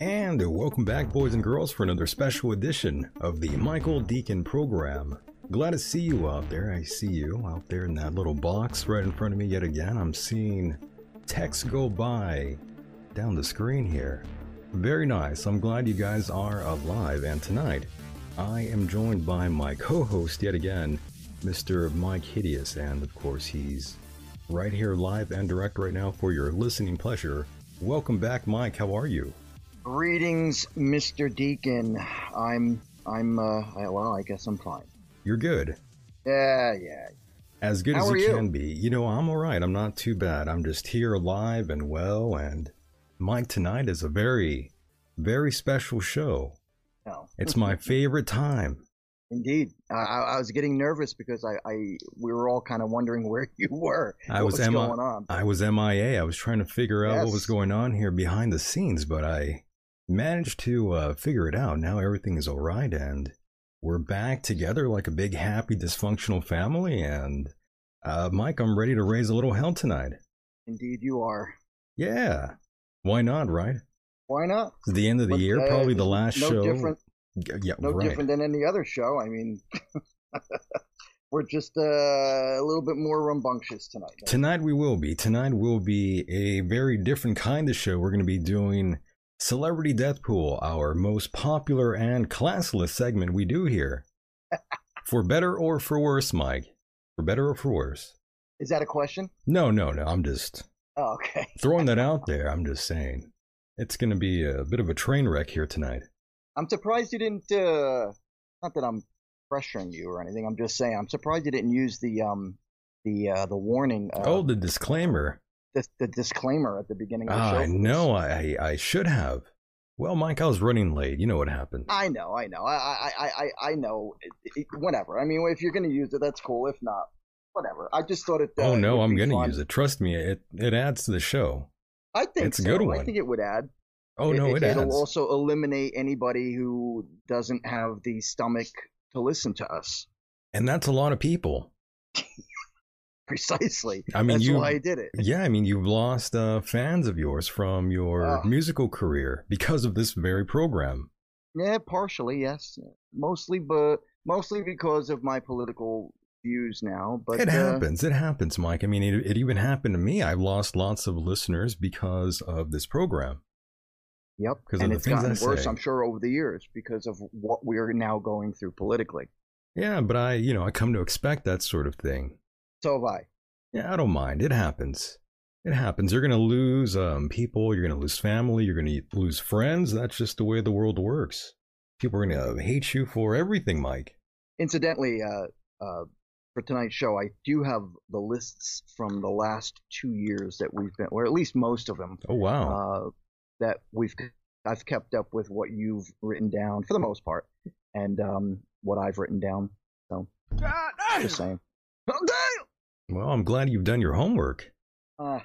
And welcome back, boys and girls, for another special edition of the Michael Deacon program. Glad to see you out there. I see you out there in that little box right in front of me yet again. I'm seeing text go by down the screen here. Very nice. I'm glad you guys are alive. And tonight, I am joined by my co host yet again, Mr. Mike Hideous. And of course, he's right here live and direct right now for your listening pleasure. Welcome back, Mike. How are you? Greetings, Mr. Deacon. I'm, I'm, uh, I- well, I guess I'm fine. You're good. Yeah, yeah. As good How as are you, you? can be. You know, I'm all right. I'm not too bad. I'm just here alive and well. And Mike, tonight is a very, very special show. No, It's my favorite time. indeed. I, I I was getting nervous because I, I, we were all kind of wondering where you were. I what was, was, MI- going on? I was MIA. I was trying to figure out what was Yes. going on here behind the scenes, but I managed to uh, figure it out. Now everything is all right, and we're back together like a big, happy, dysfunctional family. And uh, Mike, I'm ready to raise a little hell tonight. Indeed, you are. Yeah, why not, right? Why not? It's the end of the But, year, uh, probably the last no show. different. G- Yeah, No right. different than any other show. I mean, we're just uh, a little bit more rambunctious tonight. Tonight we will be. Tonight will be a very different kind of show. We're going to be doing Celebrity Death Pool, our most popular and classless segment we do here. for better or for worse, Mike. For better or for worse. Is that a question? No, no, no. I'm just Oh, okay. throwing that out there. I'm just saying. It's going to be a bit of a train wreck here tonight. I'm surprised you didn't. Uh, not that I'm pressuring you or anything. I'm just saying I'm surprised you didn't use the um the uh, the warning. Uh, oh, the disclaimer. the, the disclaimer at the beginning of the Ah, show. I know. I, I I should have. Well, Mike, I was running late. You know what happened. I know. I know. I I I I- I know. It, it, whatever. I mean, if you're gonna use it, that's cool. If not, whatever. I just thought it. Uh, oh no, would I'm be gonna fun. use it. Trust me, it it adds to the show. I think It's a so. good I one. think it would add. Oh no, it, will adds. also eliminate anybody who doesn't have the stomach to listen to us. And that's a lot of people. Precisely. I mean, that's you- why I did it. Yeah, I mean, you've lost uh, fans of yours from your Ah. musical career because of this very program. Yeah, partially, yes. Mostly, but mostly because of my political views now. But it uh, happens. It happens, Mike. I mean, it, it even happened to me. I've lost lots of listeners because of this program. Yep. 'Cause of and the it's things gotten I worse, say. I'm sure, over the years because of what we are now going through politically. Yeah, but I, you know, I come to expect that sort of thing. So have I. Yeah, I don't mind. It happens. It happens. You're going to lose um, people. You're going to lose family. You're going to lose friends. That's just the way the world works. People are going to hate you for everything, Mike. Incidentally, uh, uh, for tonight's show, I do have the lists from the last two years that we've been, or at least most of them, Oh, wow. uh, that we've I've kept up with what you've written down for the most part, and um, what I've written down. So just saying. well, I'm glad you've done your homework. Uh,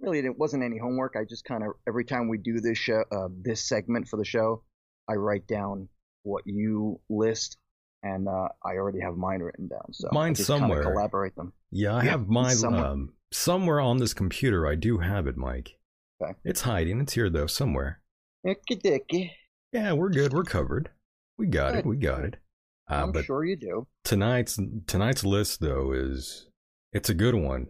really, it wasn't any homework. I just kind of every time we do this show, uh, this segment for the show, I write down what you list, and uh, I already have mine written down. So I Mine's just kinda somewhere. Collaborate them. Yeah, I Yeah, have my somewhere. um somewhere on this computer. I do have it, Mike. Okay. It's hiding. It's here though, somewhere. Icky dicky. Yeah, we're good. We're covered. We got it. Good. We got it. Uh, I'm but sure you do. tonight's tonight's list though is it's a good one.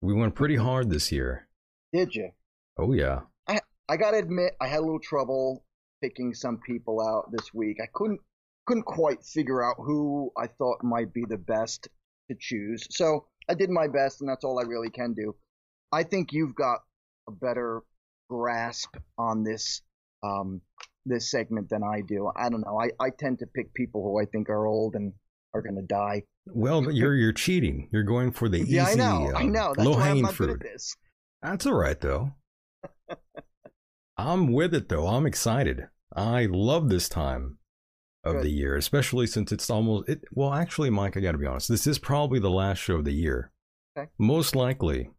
We went pretty hard this year. Did you? Oh yeah. I gotta admit, I had a little trouble picking some people out this week. I couldn't couldn't quite figure out who I thought might be the best to choose. So I did my best, and that's all I really can do. I think you've got a better grasp on this um, this segment than I do. I don't know. I, I tend to pick people who I think are old and are gonna die. Well, but you're you're cheating. You're going for the easy, yeah, I know. I um, know. That's why I'm low-hanging not fruit. good at this. That's all right though. I'm with it though. I'm excited. I love this time of Good. the year, especially since it's almost it well actually Mike, I got to be honest. This is probably the last show of the year. Okay. Most likely.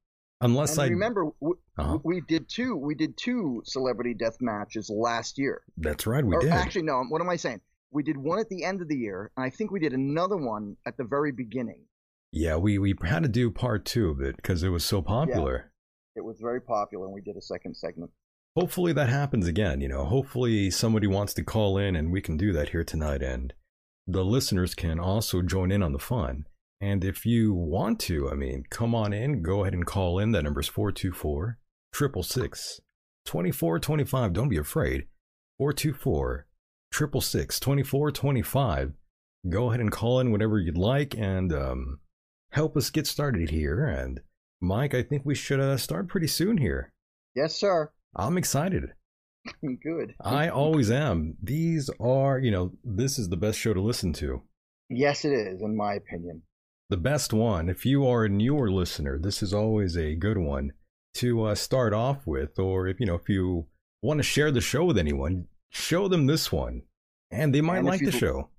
Unless And I remember, w- Uh-huh. we did two. We did two celebrity death matches last year. That's right, we or did. Actually, no. What am I saying? We did one at the end of the year, and I think we did another one at the very beginning. yeah, we we had to do part 2 of it cuz it was so popular. It was very popular, and we did a second segment. Hopefully that happens again, you know. Hopefully somebody wants to call in and we can do that here tonight and the listeners can also join in on the fun. And if you want to, I mean, come on in, go ahead and call in. That number's 424 666 2425. Don't be afraid. 424 666 2425. Go ahead and call in whatever you'd like and um, help us get started here. And Mike, I think we should uh, start pretty soon here. Yes, sir. I'm excited. Good. I always am. These are, you know, this is the best show to listen to. Yes, it is, in my opinion. the best one. If you are a newer listener, this is always a good one to uh, start off with. Or if you know, if you want to share the show with anyone, show them this one, and they might And if like the you- show.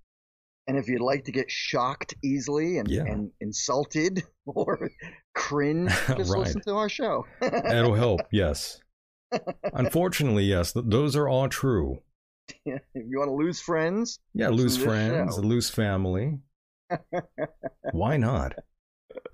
And if you'd like to get shocked easily and, Yeah. and insulted or cringe, just Right. listen to our show. That'll help. Yes. Unfortunately, yes, th- those are all true. if you want to lose friends, Yeah, lose this friends, show. lose family. Why not?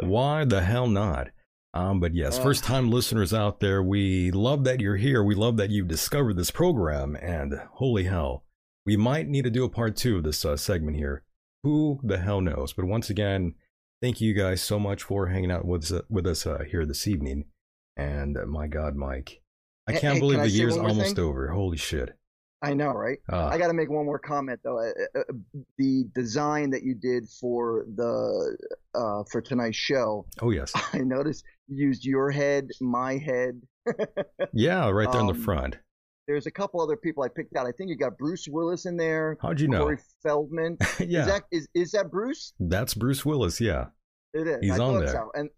Why the hell not? Um, but yes, Uh. first time listeners out there, we love that you're here. We love that you've discovered this program. And holy hell, we might need to do a part two of this uh, segment here. Who the hell knows? But once again, thank you guys so much for hanging out with us, with us uh, here this evening. And uh, my God, Mike, I Hey, can't hey, believe can I the say year's one more almost thing? over. Holy shit. I know, right? Uh, I got to make one more comment though. Uh, uh, uh, The design that you did for the uh, for tonight's show, oh, yes. I noticed you used your head, my head. Yeah, right there in Um, the front. There's a couple other people I picked out. I think you got Bruce Willis in there. How'd you know? Corey Feldman. Mm-hmm. yeah, Is that is, is that Bruce? that's Bruce Willis. Yeah, It is. He's I on thought there. So. And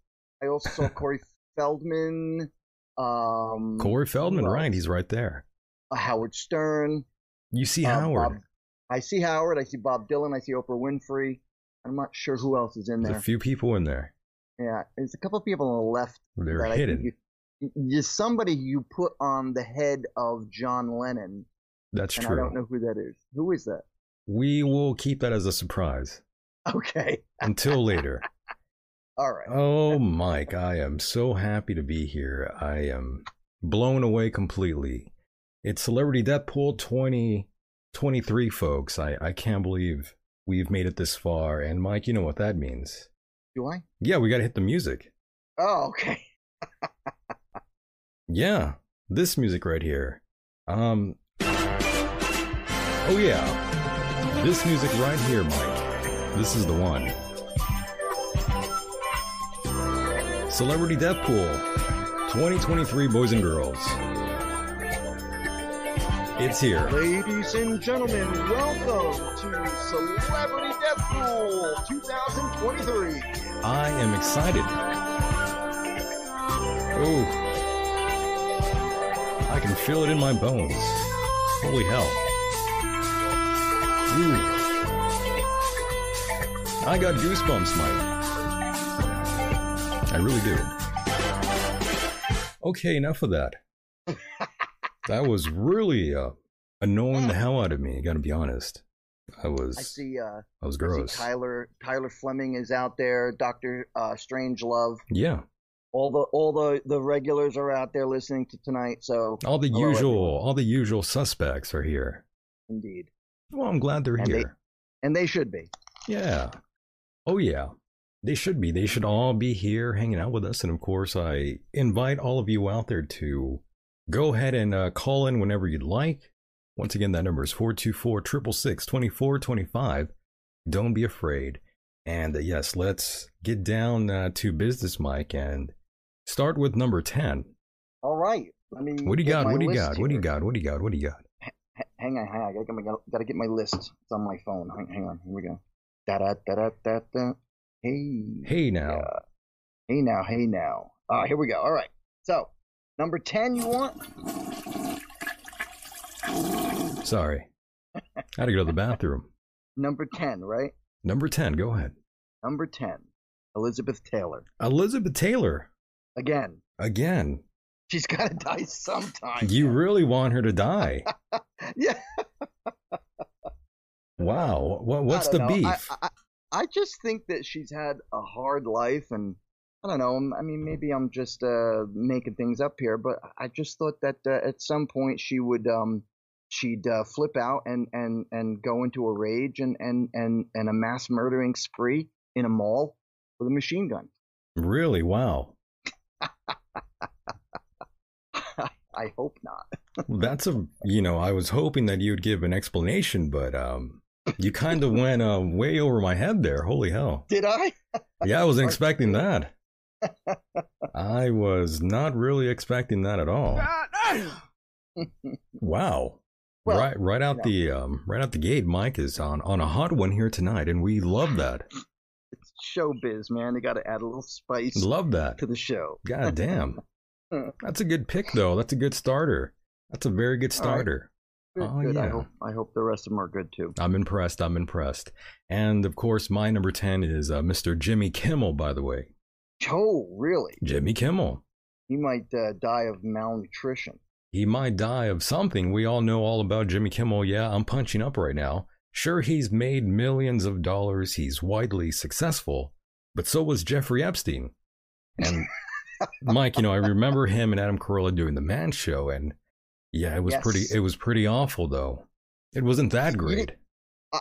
I also saw Corey Feldman, um, Corey Feldman, Well- right? He's right there. Howard Stern. You see uh, Howard. Bob- I see Howard. I see Bob Dylan. I see Oprah Winfrey. I'm not sure who else is in There's there. a few people in there. Yeah, there's a couple of people on the left They're that I think hidden. You, you somebody you put on the head of John Lennon, that's and true. I don't know who that is. Who is that? We will keep that as a surprise Okay, until later. all right. oh, Mike, I am so happy to be here. I am blown away completely. It's Celebrity Death Pool 2023, folks. I, I can't believe we've made it this far. And Mike, you know what that means. Do I? Yeah, we got to hit the music. Oh, okay. Yeah, this music right here. Um. Oh yeah, this music right here, Mike. This is the one. Celebrity Death Pool, 2023, boys and girls. It's here. Ladies and gentlemen, welcome to Celebrity Death Pool 2023. I am excited. Ooh. I can feel it in my bones. Holy hell. Ooh. I got goosebumps, Mike. I really do. Okay, enough of that. that was really uh, annoying the hell out of me, gotta be honest. I was I see, uh, I was I see gross. Tyler Tyler Fleming is out there. Doctor uh, Strange Love. Yeah. All the all the the regulars are out there listening to tonight. So All the Hello, usual, everyone. all the usual suspects are here. indeed, Well, I'm glad they're And they- here. and they should be. yeah. Oh yeah. They should be. They should all be here hanging out with us. And of course, I invite all of you out there to go ahead and uh, call in whenever you'd like. Once again, that number is 424 666 2425. Don't be afraid. And uh, yes, let's get down uh, to business, Mike, and start with number 10. All right. I mean, What do you get got? my What do you list got? What do you here. got? What do you got? What do you got? H- hang on, hang on. I gotta, get my- gotta get my list. It's on my phone. Hang, hang on. Here we go. Da da da da da da. Hey. Hey now. Yeah. Hey now. Hey now. Uh, here we go. All right. So number ten, you want? Sorry. I had to go to the bathroom. Number ten, right? Number 10, go ahead. Number ten, Elizabeth Taylor. Elizabeth Taylor, Again, again. she's gotta die sometime. You really want her to die. yeah. Wow. What, I what's the don't know. I- beef? I, I, I just think that she's had a hard life, and I don't know. I Mm. mean, maybe I'm just uh, making things up here, but I just thought that uh, at some point she would um, she'd uh, flip out and, and, and go into a rage and, and, and, and a mass murdering spree in a mall with a machine gun. Really? Wow. I hope not. That's a, you know, I was hoping that you'd give an explanation, but um, you kind of went uh, way over my head there. Holy hell. Did I? Yeah, I wasn't expecting that. I was not really expecting that at all. Wow. Well, right, right out you the um, right out the gate, Mike is on on a hot one here tonight, and we love that. It's showbiz, man. They got to add a little spice Love that. to the show. God damn. Hmm. That's a good pick, though. That's a good starter. That's a very good All right. starter. Good, Oh, good. I yeah. hope I hope the rest of them are good too. I'm impressed. I'm impressed. And of course, my number 10 is uh, Mr. Jimmy Kimmel, by the way. Oh, really? Jimmy Kimmel. He might uh, die of malnutrition. He might die of something. We all know all about Jimmy Kimmel. Yeah, I'm punching up right now. Sure, he's made millions of dollars. He's widely successful, but so was Jeffrey Epstein. And Mike, you know, I remember him and Adam Carolla doing the Man Show, and yeah, it was Yes. pretty. It was pretty awful, though. It wasn't that great. I-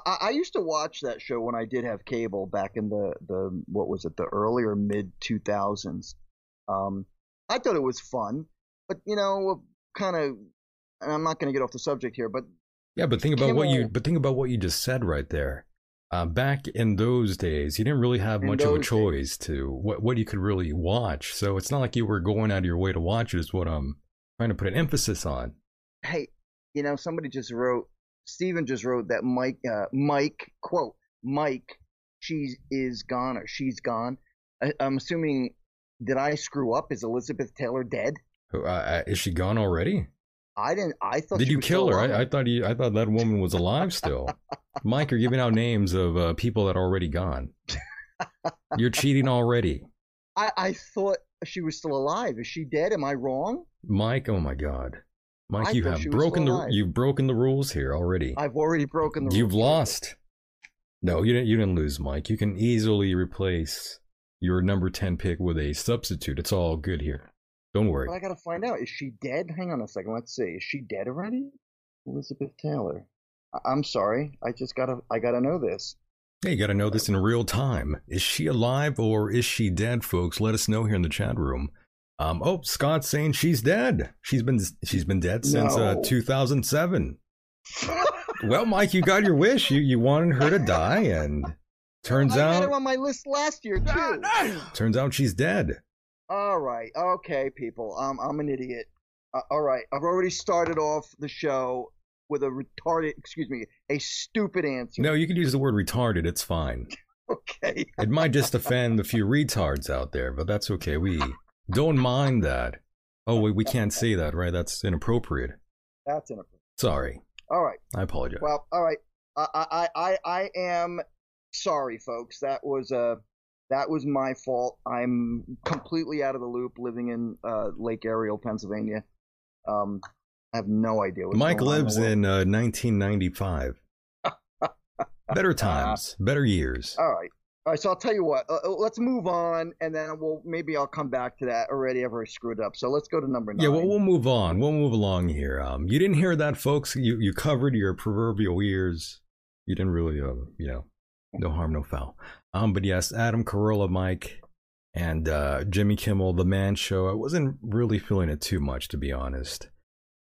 I, I used to watch that show when I did have cable back in the, the what was it the early or mid two thousands. Um, I thought it was fun, but you know, kind of. And I'm not going to get off the subject here, but Yeah, but think about what you. Kimmel- But think about what you just said right there. Uh, back in those days, you didn't really have In much of a those choice to what what you could really watch. So it's not like you were going out of your way to watch it. Is what I'm trying to put an emphasis on. hey, you know, somebody just wrote. Steven just wrote that Mike, uh, Mike quote, Mike, she is gone or she's gone. I, I'm assuming. Did I screw up? Is Elizabeth Taylor dead? Who- Uh, uh, is she gone already? I didn't. I thought. Did she you was still kill her? alive. I, I thought you. I thought that woman was alive still. Mike, you're giving out names of uh, people that are already gone. You're cheating already, I, I thought she was still alive. Is she dead? Am I wrong? Mike. Oh my God, Mike, I you thought have she was broken still the alive. you've broken the rules here already. I've already broken the. You've rules. lost. No, you didn't. You didn't lose, Mike. You can easily replace your number ten pick with a substitute. It's all good here. Don't worry. But I gotta find out. Is she dead? Hang on a second. Let's see. Is she dead already? Elizabeth Taylor. I, I'm sorry. I just gotta. I gotta know this. Hey, you got to know this in real time. Is she alive or is she dead, folks? Let us know here in the chat room. Um. Oh, Scott's saying she's dead. She's been she's been dead since uh, No. 2007. Well, Mike, you got your wish. You you wanted her to die, and turns I had her out on my list last year too. turns out she's dead. all right. Okay, people. Um, I'm an idiot. Uh, all right. I've already started off the show with a retarded, excuse me, a stupid answer. No, you could use the word retarded. It's fine. Okay. It might just offend a few retards out there, but that's okay. We don't mind that. Oh, wait, we can't say that, right? That's inappropriate. That's inappropriate. Sorry. All right. I apologize. Well, all right. I, I, I, I am sorry, folks. That was uh, that was my fault. I'm completely out of the loop, living in uh, Lake Ariel, Pennsylvania. Um, I have no idea. What's Mike going on lives the world. in uh, 1995. better times, better years. All right. All right. So I'll tell you what. Uh, let's move on, and then we'll maybe I'll come back to that already. Ever screwed up. So let's go to number nine. Yeah, well, we'll move on. We'll move along here. Um, you didn't hear that, folks. You you covered your proverbial ears. You didn't really, um, you know, no harm, no foul. Um, but yes, Adam Carolla, Mike, and uh, Jimmy Kimmel, The Man Show. I wasn't really feeling it too much, to be honest.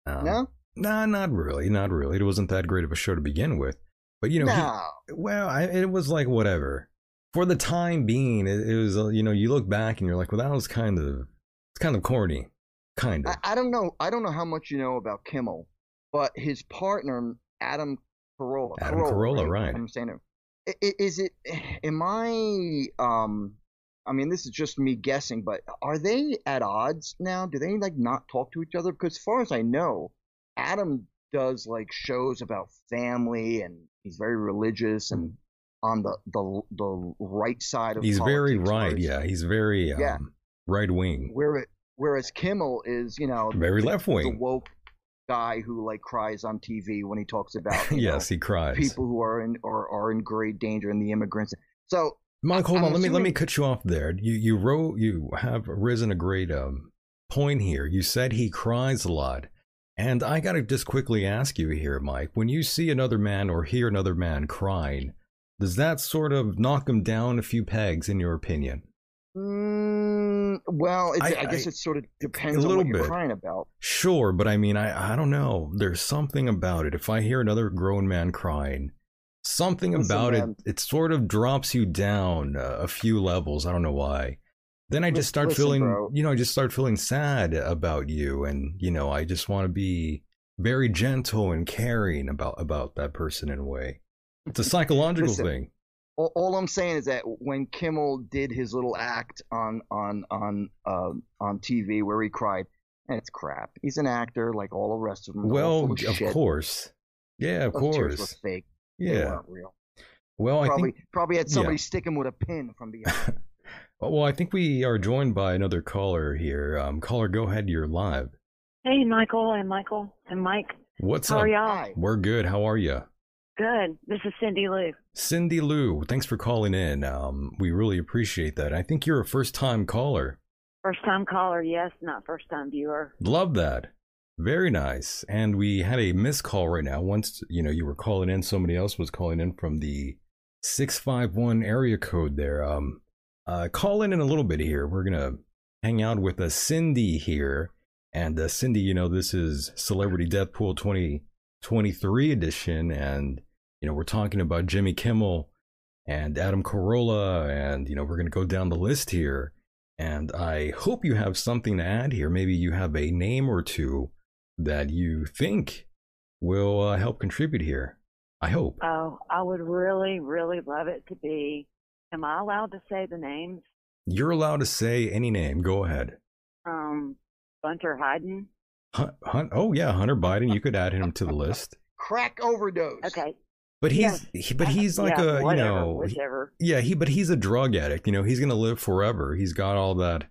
Um, No? Nah, not really, not really. It wasn't that great of a show to begin with. But you know, he- no. well, I, it was like whatever. For the time being, it, it was uh, you know you look back and you're like, well, that was kind of it's kind of corny, kind of. I, I don't know. I don't know how much you know about Kimmel, but his partner Adam Carolla. Adam Carolla, right. I'm saying it. I- i- Is it? Am I? Um, I mean, this is just me guessing, but are they at odds now? Do they like not talk to each other? Because as far as I know, Adam does like shows about family, and he's very religious and on the the the right side of. he's very politics, right. whereas- Yeah, he's very um, Yeah. right wing, Whereas, whereas Kimmel is, you know, very left the wing. woke guy who like cries on TV when he talks about you yes, know, he cries. people who are in or are in great danger and the immigrants. So Mike, hold I'm on. Let me let me assuming- cut you off there. You you wrote you have risen a great um point here. You said he cries a lot, and I gotta just quickly ask you here, Mike. When you see another man or hear another man crying, does that sort of knock him down a few pegs, in your opinion? mm, well, it, I- I, guess I- it sort of depends on little what you're bit. crying about. Sure, but I mean, I I don't know. There's something about it. If I hear another grown man crying, something Listen, about man. it it sort of drops you down uh, a few levels. I don't know why. Then I just Lis- start listen, feeling, bro. you know, I just start feeling sad about you, and you know, I just want to be very gentle and caring about about that person in a way. It's a psychological Listen. thing. All, all I'm saying is that when Kimmel did his little act on on on um on TV where he cried, and it's crap. He's an actor like all the rest of them. They're all Well, full of oh, shit. course, yeah, of Those tears course, were fake. They yeah. weren't real. Well, I Probably think probably had yeah. somebody stick him with a pin from behind. Oh, Well, I think we are joined by another caller here. Um, caller, go ahead. You're live. Hey, Michael and Michael and Mike. What's How up? are y'all? Hi. We're good. How are you? Good. This is Cindy Lou. Cindy Lou, thanks for calling in. Um, we really appreciate that. I think you're a first time caller. First time caller, yes, not first time viewer. Love that. Very nice. And we had a missed call right now. Once you know you were calling in, somebody else was calling in from the six five one area code there. Um, uh, call in in a little bit here. We're gonna hang out with uh, Cindy here, and uh, Cindy, you know this is Celebrity Death Pool twenty twenty three edition, and you know we're talking about Jimmy Kimmel and Adam Carolla, and you know we're gonna go down the list here. And I hope you have something to add here. Maybe you have a name or two that you think will uh, help contribute here. I hope. Oh, I would really, really love it to be. Am I allowed to say the names? You're allowed to say any name. Go ahead. Um, Bunter Hyden. Hunt, Hunt, oh yeah, Hunter Biden. You could add him to the list. Crack overdose. Okay. But he's he, but he's like yeah, a you whatever, know he- whichever. yeah he but he's a drug addict. You know he's gonna live forever. He's got all that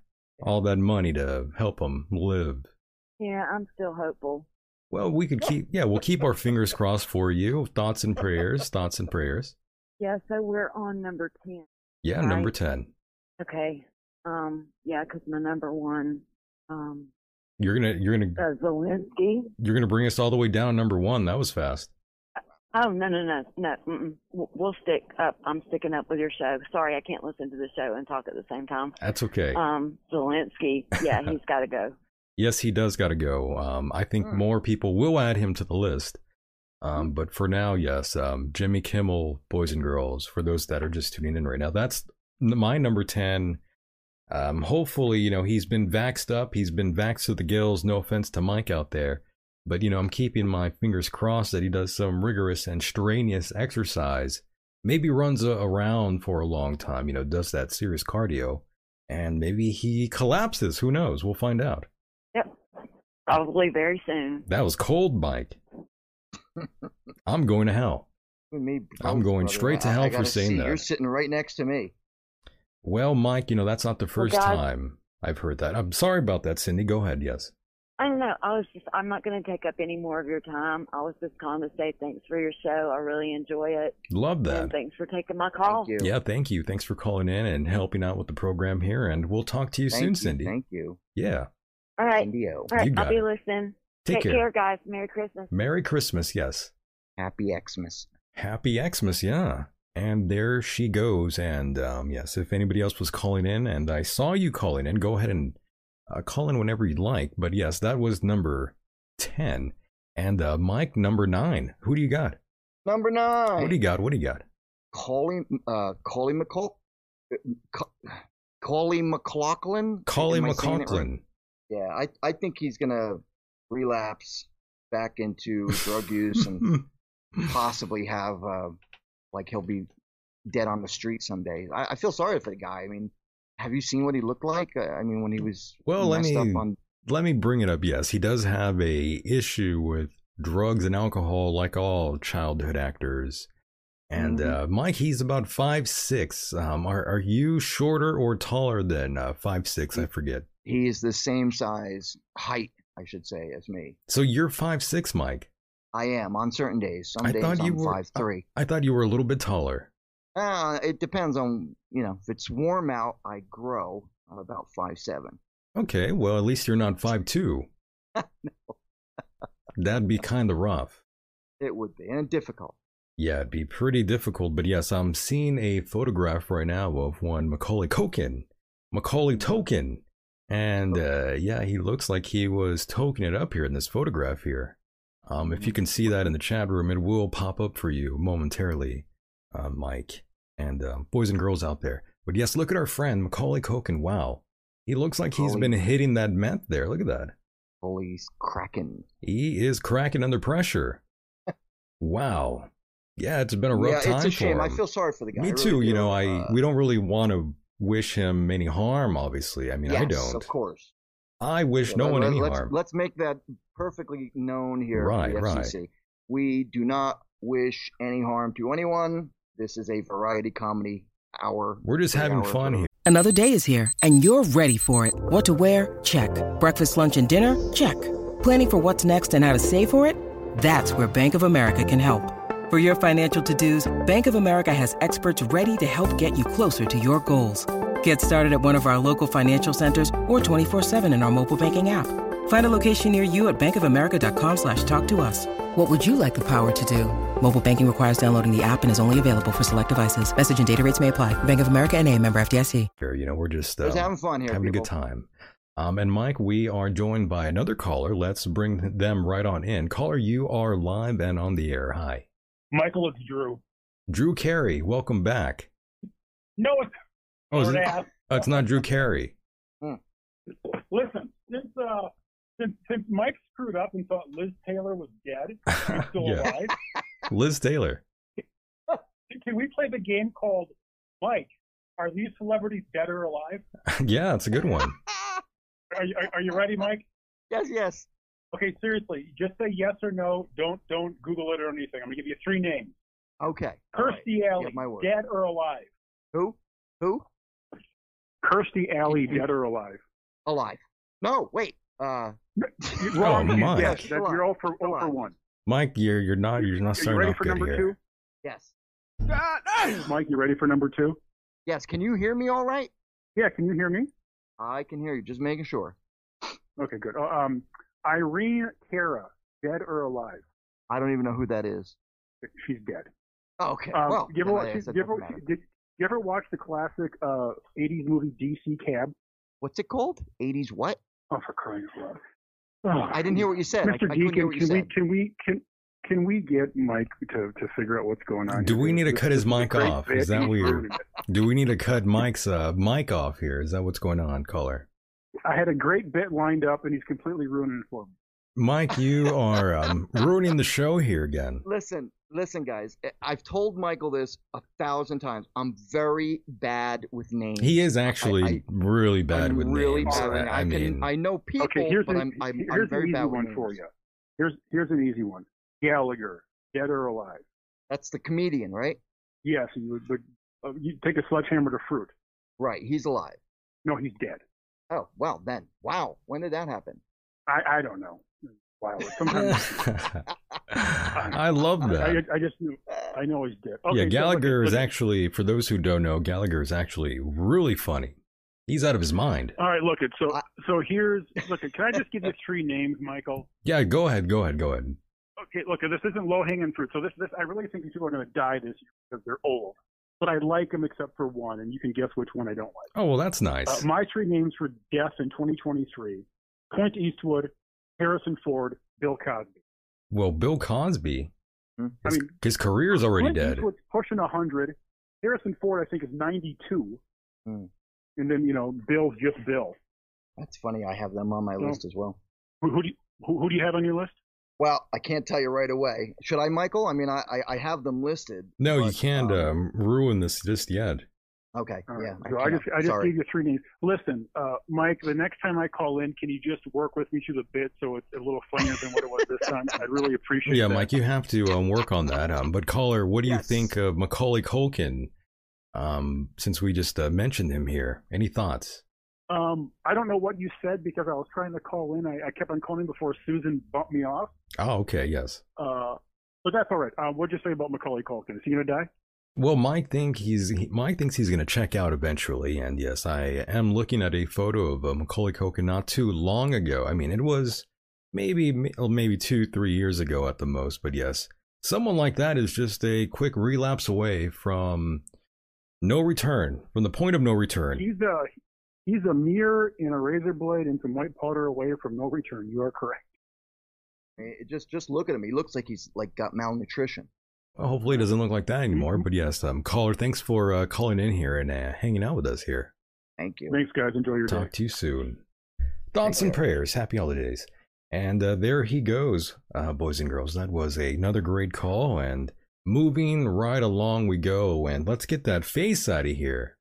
all that money to help him live. Yeah, I'm still hopeful. Well, we could keep yeah we'll keep our fingers crossed for you. Thoughts and prayers. Thoughts and prayers. Yeah, so we're on number ten. Yeah, Right. number ten. Okay. Um, yeah, because my number one, um, You're gonna you're gonna uh, Zelensky. you're gonna bring us all the way down to number one. That was fast. Oh no no no no! Mm-mm. W- We'll stick up. I'm sticking up with your show. Sorry, I can't listen to the show and talk at the same time. That's okay. Um, Zelensky, yeah, he's got to go. yes, he does got to go. Um, I think Hmm. more people will add him to the list. Um, but for now, yes, um, Jimmy Kimmel, boys and girls. For those that are just tuning in right now, that's n- my number ten. Um, hopefully, you know he's been vaxxed up. He's been vaxxed to the gills. No offense to Mike out there, But, you know, I'm keeping my fingers crossed that he does some rigorous and strenuous exercise. Maybe runs a, around for a long time, you know, does that serious cardio, and maybe he collapses. Who knows? We'll find out. Yep. Probably very soon. That was cold, Mike. I'm going to hell. Me I'm both, going brother. straight to I- I hell for gotta saying see, that. You're sitting right next to me. Well, Mike, you know, that's not the first God- time I've heard that. I'm sorry about that, Cindy. Go ahead. Yes. I don't know. I was just, I'm not going to take up any more of your time. I was just calling to say thanks for your show. I really enjoy it. Love that. And thanks for taking my call. Thank you. Yeah, thank you. Thanks for calling in and helping out with the program here. And we'll talk to you Thank soon, you, Cindy. Thank you. yeah. All right. Indio. All right. You got I'll be it. listening. Take, care. guys. Merry Christmas. Merry Christmas. Yes. Happy Xmas. Happy Xmas. Yeah. And there she goes. And um, yes, if anybody else was calling in and I saw you calling in, go ahead and uh, call in whenever you'd like. But yes, that was number 10. And uh, Mike, number nine. Who do you got? Number nine. What do you got? What do you got? Collie, uh, Collie McCall, Co- Collie McLaughlin. Collie Am I saying it right? McLaughlin. Yeah, I, I think he's gonna relapse back into drug use and possibly have uh, like he'll be dead on the street someday. I, I feel sorry for the guy. I mean, have you seen what he looked like? Uh, I mean, when he was Well, let messed me- up on let me bring it up. Yes, he does have a issue with drugs and alcohol, like all childhood actors. And Mhm. uh, Mike, he's about five six. Um, are are you shorter or taller than uh, five six? I forget. he is the same size height, I should say, as me. So you're five six, Mike. I am on certain days. Some I days thought you I'm were- uh five three. I thought you were a little bit taller. Uh, it depends on you know if it's warm out, I grow. I'm about five seven. Okay, well at least you're not five two. That'd be kind of rough. It would be and difficult. Yeah, it'd be pretty difficult, but yes, I'm seeing a photograph right now of one Macaulay Culkin. Macaulay Token. And uh, yeah, he looks like he was token it up here in this photograph here. Um, if you can see that in the chat room, it will pop up for you momentarily, uh, Mike, and uh, boys and girls out there. But yes, look at our friend Macaulay Culkin. Wow, he looks like he's Macaulay. been hitting that meth there. Look at that. Holy cracking! He is cracking under pressure. Wow. Yeah, it's been a rough Yeah, time it's a shame. for I him. feel sorry for the guy. I Me really too. you do. know, I Uh, we don't really want to wish him any harm. Obviously, I mean, I yes, don't. Of course. I wish no Yeah, one let- any let's, harm. Let's make that perfectly known here. Right, at the right. FCC. We do not wish any harm to anyone. This is a variety comedy hour. We're just having three-hour fun program. here. Another day is here, and you're ready for it. What to wear? Check. Breakfast, lunch, and dinner? Check. Planning for what's next and how to save for it? That's where Bank of America can help. For your financial to-dos, Bank of America has experts ready to help get you closer to your goals. Get started at one of our local financial centers or 24-7 in our mobile banking app. Find a location near you at bankofamerica.com slash talk to us. What would you like the power to do? Mobile banking requires downloading the app and is only available for select devices. Message and data rates may apply. Bank of America and a member FDIC. here, You know, we're just Just um, having fun here, having a good people. time. Um, and Mike, we are joined by another caller. Let's bring them right on in. Caller, you are live and on the air. Hi, Michael, it's Drew. Drew Carey. Welcome back. No, it's Oh, is or it- that. oh, it's not Drew Carey. Listen, since uh, since since Mike screwed up and thought Liz Taylor was dead, she's still yeah, alive. Liz Taylor. Can we play the game called Mike? Are these celebrities dead or alive? yeah, it's a good one. Ah, Are you are, are you ready, Mike? yes, yes. Okay, seriously, just say yes or no. Don't don't Google it or anything. I'm gonna give you three names: Okay. all right. Kirstie Alley, Yeah, my word. dead or alive? Who? Who? Kirstie Alley, dead or alive? Alive. No, wait. Uh, You're wrong. Oh, Mike. Yes, that, you're all for all for Alive. one. Mike, you're you're not you're not Are you starting ready off for good number here. two? yes. Mike, you ready for number two? Yes. Can you hear me all right? Yeah, can you hear me? I can hear you. Just making sure. Okay, good. Uh, Um, Irene Cara, dead or alive? I don't even know who that is. She's dead. Oh, okay. Um, well, you ever then watch? I guess that You ever, doesn't matter. did, you ever watch the classic uh, '80s movie DC Cab? What's it called? 80s what? Oh, for crying out loud! Oh, I didn't hear what you said. I, I Mr. couldn't hear Deacon, what you can we said. can we can can we get Mike to to figure out what's going on? Do here? we need to This- cut his this is a mic great off? Is bit. that He's weird? ruining it. Do we need to cut Mike's uh, mic off here? Is that what's going on, caller? I had a great bit lined up, and he's completely ruining it for me. Mike, you are um, ruining the show here again. Listen, listen, guys. I- I've told Michael this a thousand times. I'm very bad with names. He is actually I- really bad I'm with really names. Bad with I, names. I can- mean, I know people, okay, here's but an, I'm, I'm, here's I'm very an easy bad with one names. for you. Here's here's an easy one. Gallagher, dead or alive. That's the comedian, right? Yes, you would. The, uh, you take a sledgehammer to fruit. Right. He's alive. No, he's dead. Oh, well, then. Wow. When did that happen? I I don't know. Wow. Sometimes I love I, that. I, I just knew. I know he's dead. Okay, yeah, so- Gallagher okay, is so- actually, for those who don't know, Gallagher is actually really funny. He's out of his mind. All right, look it. So I- so here's look. it, Can I just give you three names, Michael? Yeah, go ahead, go ahead, go ahead. Okay, look, this isn't low hanging fruit. So this this I really think these people are going to die this year because they're old. But I like them except for one, and you can guess which one I don't like. Oh well, that's nice. Uh, my three names for death in 2023: Clint Eastwood, Harrison Ford, Bill Cosby. well, Bill Cosby, Hmm. I his, mean, his career's already Clint dead. Eastwood's pushing 100. Harrison Ford, I think, is 92. Hmm. And then you know, Bill's just Bill. That's funny. I have them on my No. list as well. Who, who do you who, who do you have on your list? Well, I can't tell you right away. Should I, Michael? I mean, I, I, I have them listed. No, you but, can't um, um, ruin this just yet. okay. All right. Yeah. So I can't. just I just Sorry. gave you three names. Listen, uh, Mike, the next time I call in, can you just work with me through the bit so it's a little funnier than what it was this time? I'd really appreciate Yeah, that. Mike, you have to um, work on that. Um, but caller, what do you Yes. think of Macaulay Culkin? Um, since we just uh, mentioned him here, any thoughts? Um, I don't know what you said because I was trying to call in. I, I kept on calling before Susan bumped me off. Oh, okay, yes. Uh, but that's all right. Uh, what'd you say about Macaulay Culkin? Is he gonna die? Well, Mike think he's he, Mike thinks he's going to check out eventually, and yes, I am looking at a photo of uh, Macaulay Culkin not too long ago. I mean, it was maybe oh, maybe two three years ago at the most, but yes, someone like that is just a quick relapse away from no return, from the point of no return. He's a he's a mirror and a razor blade and some white powder away from no return. You are correct. It- just just look at him. He looks like he's like got malnutrition. Well, hopefully, it doesn't look like that anymore. But yes, um, caller, thanks for uh, calling in here and uh, hanging out with us here. Thank you. Thanks, guys. Enjoy your day. Talk to you soon. Thoughts and Take care. prayers. Happy holidays. And uh, there he goes, uh, boys and girls. That was another great call. And moving right along we go. And let's get that face out of here.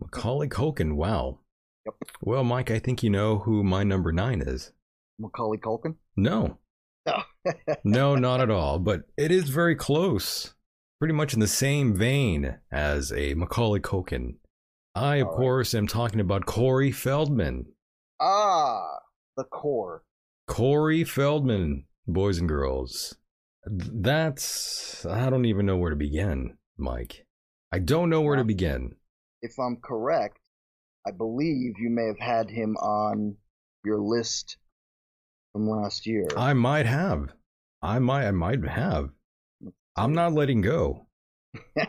Macaulay Culkin. Wow. Yep. Well, Mike, I think you know who my number nine is. Macaulay Culkin. No, No. no, not at all. But it is very close. Pretty much in the same vein as a Macaulay Culkin. I, of All right. course, am talking about Corey Feldman. ah, the core. Corey Feldman, boys and girls. Th- That's I don't even know where to begin, Mike. I don't know where to Wow. begin. If I'm correct, I believe you may have had him on your list from last year. I might have. I might I might have. I'm not letting go. yeah,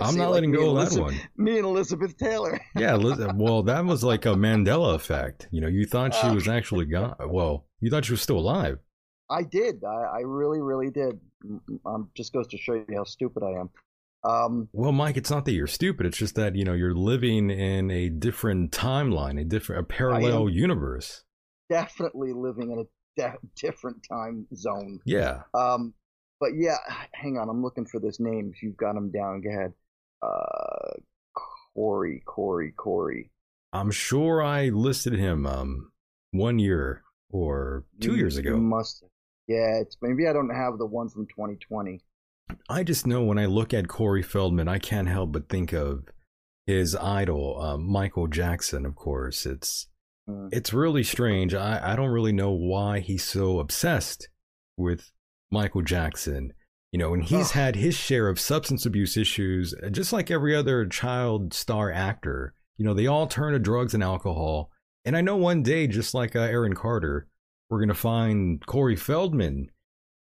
I'm see, not like letting me go and of that Elizabeth- one. Me and Elizabeth Taylor. Yeah, Liz- well, that was like a Mandela effect. You know, you thought Oh, she was actually gone. Well, you thought she was still alive. I did. I, I really, really did. M- m- Um, just goes to show you how stupid I am. Um, Well, Mike, it's not that you're stupid. It's just that, you know, you're living in a different timeline, a different a parallel universe. definitely living in a de- different time zone. Yeah. Um, but yeah, hang on. I'm looking for this name. If you've got him down, go ahead. Uh, Corey, Corey, Corey. I'm sure I listed him um one year or two You- years You ago. must. Yeah, it's maybe I don't have the one from 2020. I just know when I look at Corey Feldman, I can't help but think of his idol, uh, Michael Jackson. Of course, it's Hmm. it's really strange. I I don't really know why he's so obsessed with Michael Jackson. You know, and he's Ugh. had his share of substance abuse issues, uh, just like every other child star actor. You know, they all turn to drugs and alcohol. And I know one day, just like uh, Aaron Carter, we're gonna find Corey Feldman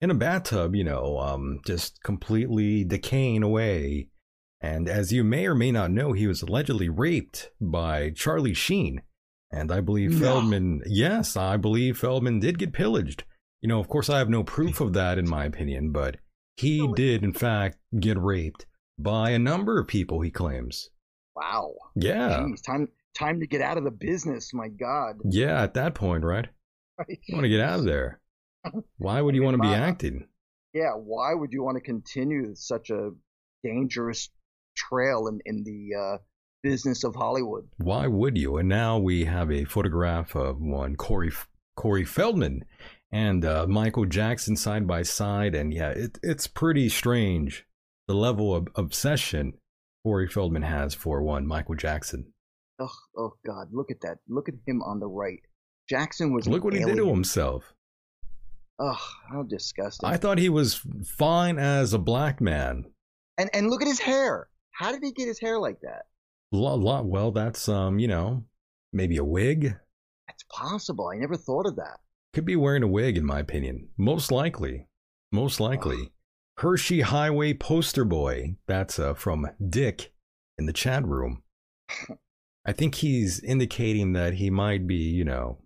in a bathtub, you know, um, just completely decaying away. And as you may or may not know, he was allegedly raped by Charlie Sheen. And I believe No. Feldman, yes, I believe Feldman did get pillaged. You know, of course, I have no proof of that in my opinion, but he did, in fact, get raped by a number of people, he claims. Wow. Yeah. Jeez, time time to get out of the business. My God. Yeah, at that point, right? You want to get out of there. Why would you want to be acting? yeah, why would you want to continue such a dangerous trail in, in the uh, business of Hollywood? Why would you? And now we have a photograph of one Corey Corey Feldman and uh, Michael Jackson side by side, and yeah, it, it's pretty strange the level of obsession Corey Feldman has for one Michael Jackson. Oh, oh God, look at that. Look at him on the right. Jackson was. an Look what he did to alien. himself. Ugh, how disgusting. I thought he was fine as a black man. and, and look at his hair. How did he get his hair like that? La, la, well, that's um, you know, maybe a wig. That's possible. I never thought of that. Could be wearing a wig, in my opinion. Most likely. Most likely. Hershey Highway poster boy. That's uh, from Dick in the chat room. I think he's indicating that he might be, you know,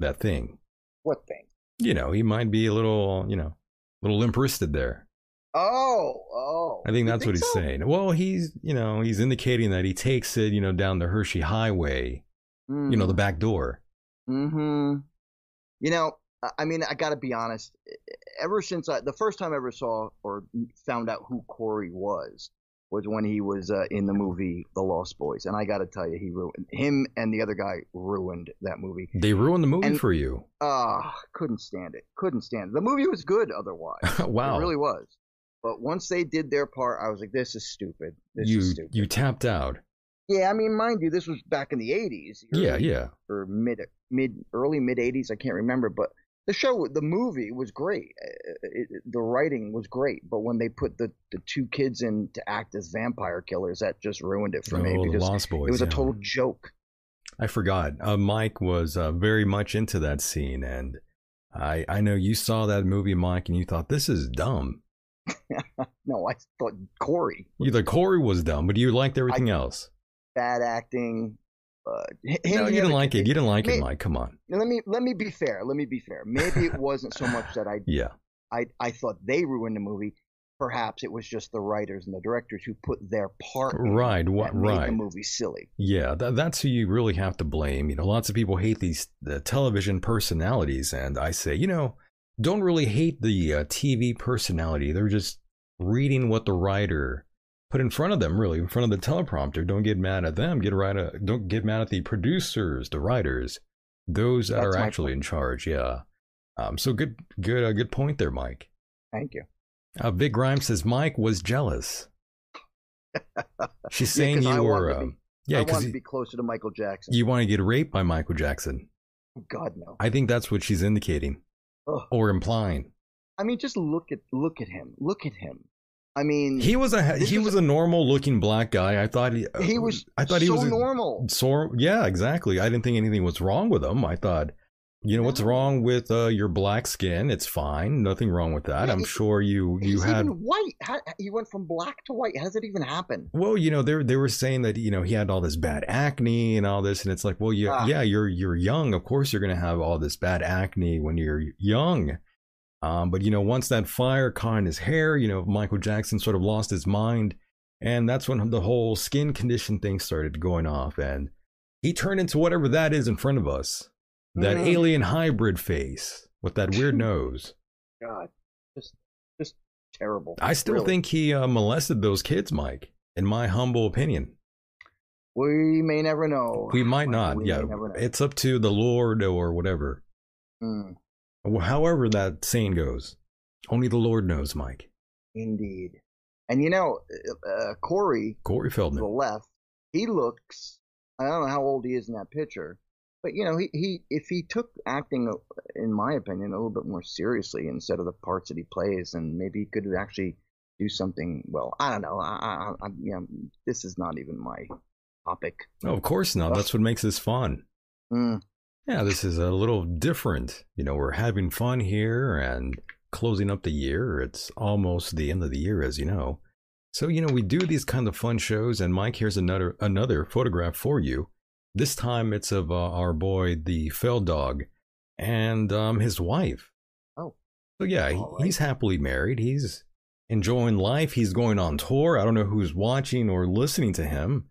that thing. What thing? You know, he might be a little, you know, a little limp wristed there. Oh, oh. I think You that's what he's so? saying. Well, he's, you know, he's indicating that he takes it, you know, down the Hershey Highway, you know, the back door. hmm You know, I- I mean, I got to be honest. e, Ever since I, the first time I ever saw or found out who Corey was, was when he was uh, in the movie The Lost Boys, and I got to tell you, he ruined him and the other guy ruined that movie. They ruined the movie And- for you. Ah, couldn't stand it. Couldn't stand it. The movie was good otherwise. wow. it really was. But once they did their part, I was like, this is stupid. This you is stupid. you tapped out. yeah, I mean, mind you, this was back in the '80s. Yeah, early yeah. or mid mid early mid 80s i can't remember but the show the movie was great Uh, it, it- the writing was great but when they put the, the two kids in to act as vampire killers that just ruined it for me Oh, the because Lost Boys, it was yeah. a total joke I forgot. Uh, Mike was uh, very much into that scene, and I I know you saw that movie, Mike, and you thought this is dumb. no i thought corey You the Corey was dumb, but you liked everything else. bad acting uh, him and No, the you other didn't like kid- it. You didn't like it, may- Mike. Come on. let me let me be fair let me be fair maybe it wasn't so much that i Yeah, I, I thought they ruined the movie. Perhaps it was just the writers and the directors who put their part in it Right, wha- that made right. the movie silly. yeah. That, that's who you really have to blame. You know, lots of people hate these the television personalities, and I say, you know, don't really hate the uh, TV personality. They're just reading what the writer put in front of them, really, in front of the teleprompter. Don't get mad at them. Get right. At, don't get mad at the producers, the writers, those that That's are my actually in charge. Yeah. Um. So good, good, uh, good point there, Mike. Thank you. Uh, Vic Grimes says Mike was jealous. She's Yeah, saying 'cause I you wanted were. to um, be- yeah, I want because to be closer to Michael Jackson. you want to get raped by Michael Jackson. Oh, God no. I think that's what she's indicating Ugh. or implying. I mean, just look at look at him. Look at him. I mean, He was a This he is- was a normal looking black guy. I thought he He was I thought he so was a- normal. So yeah, exactly. I didn't think anything was wrong with him. I thought, you know, what's No. wrong with uh, your black skin? It's fine. Nothing wrong with that. Yeah, I'm it- sure you you he's had. even white. How, he went from black to white. How does that even happen? Well, you know, they they were saying that you know he had all this bad acne and all this, and it's like, well, yeah, Ah. yeah, you're you're young. Of course, you're gonna have all this bad acne when you're young. Um, but you know, once that fire caught in his hair, you know, Michael Jackson sort of lost his mind, and that's when the whole skin condition thing started going off, and he turned into whatever that is in front of us, that Mhm. alien hybrid face with that weird nose. God, just just terrible. I still Really. think he uh, molested those kids, Mike. In my humble opinion. we may never know. We might Well, not. we may yeah, never know. it's up to the Lord or whatever. Mm. Wh- However, that saying goes, only the Lord knows, Mike. Indeed. And you know, uh, uh, Corey Corey to the Feldman. left, he looks. I don't know how old he is in that picture, but you know, he, he if he took acting, uh, in my opinion, a little bit more seriously instead of the parts that he plays, and maybe he could actually do something. Well, I don't know. I, I, I you know, this is not even my topic. No, Oh, of course not. That's what makes this fun. Mm, Yeah, this is a little different. You know, we're having fun here and closing up the year. It's almost the end of the year, as you know. So, you know, we do these kind of fun shows. And Mike, here's another another photograph for you. This time, it's of uh, our boy, the Feld Dog, and um, his wife. oh, So yeah, he- All right. he's happily married. He's enjoying life. He's going on tour. I don't know who's watching or listening to him.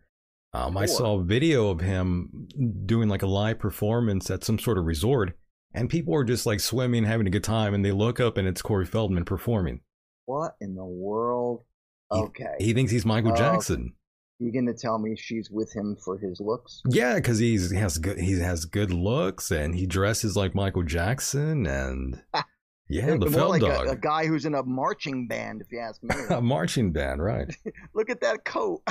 Um, I Sure. saw a video of him doing like a live performance at some sort of resort, and people are just like swimming, having a good time, and they look up and it's Corey Feldman performing. What in the world? Okay. He thinks he's Michael Oh. Jackson. you going to tell me she's with him for his looks? Yeah, because he's he has good he has good looks and he dresses like Michael Jackson and yeah, the More Feld like dog, Um, A, a guy who's in a marching band, if you ask me. a marching band, right? Look at that coat.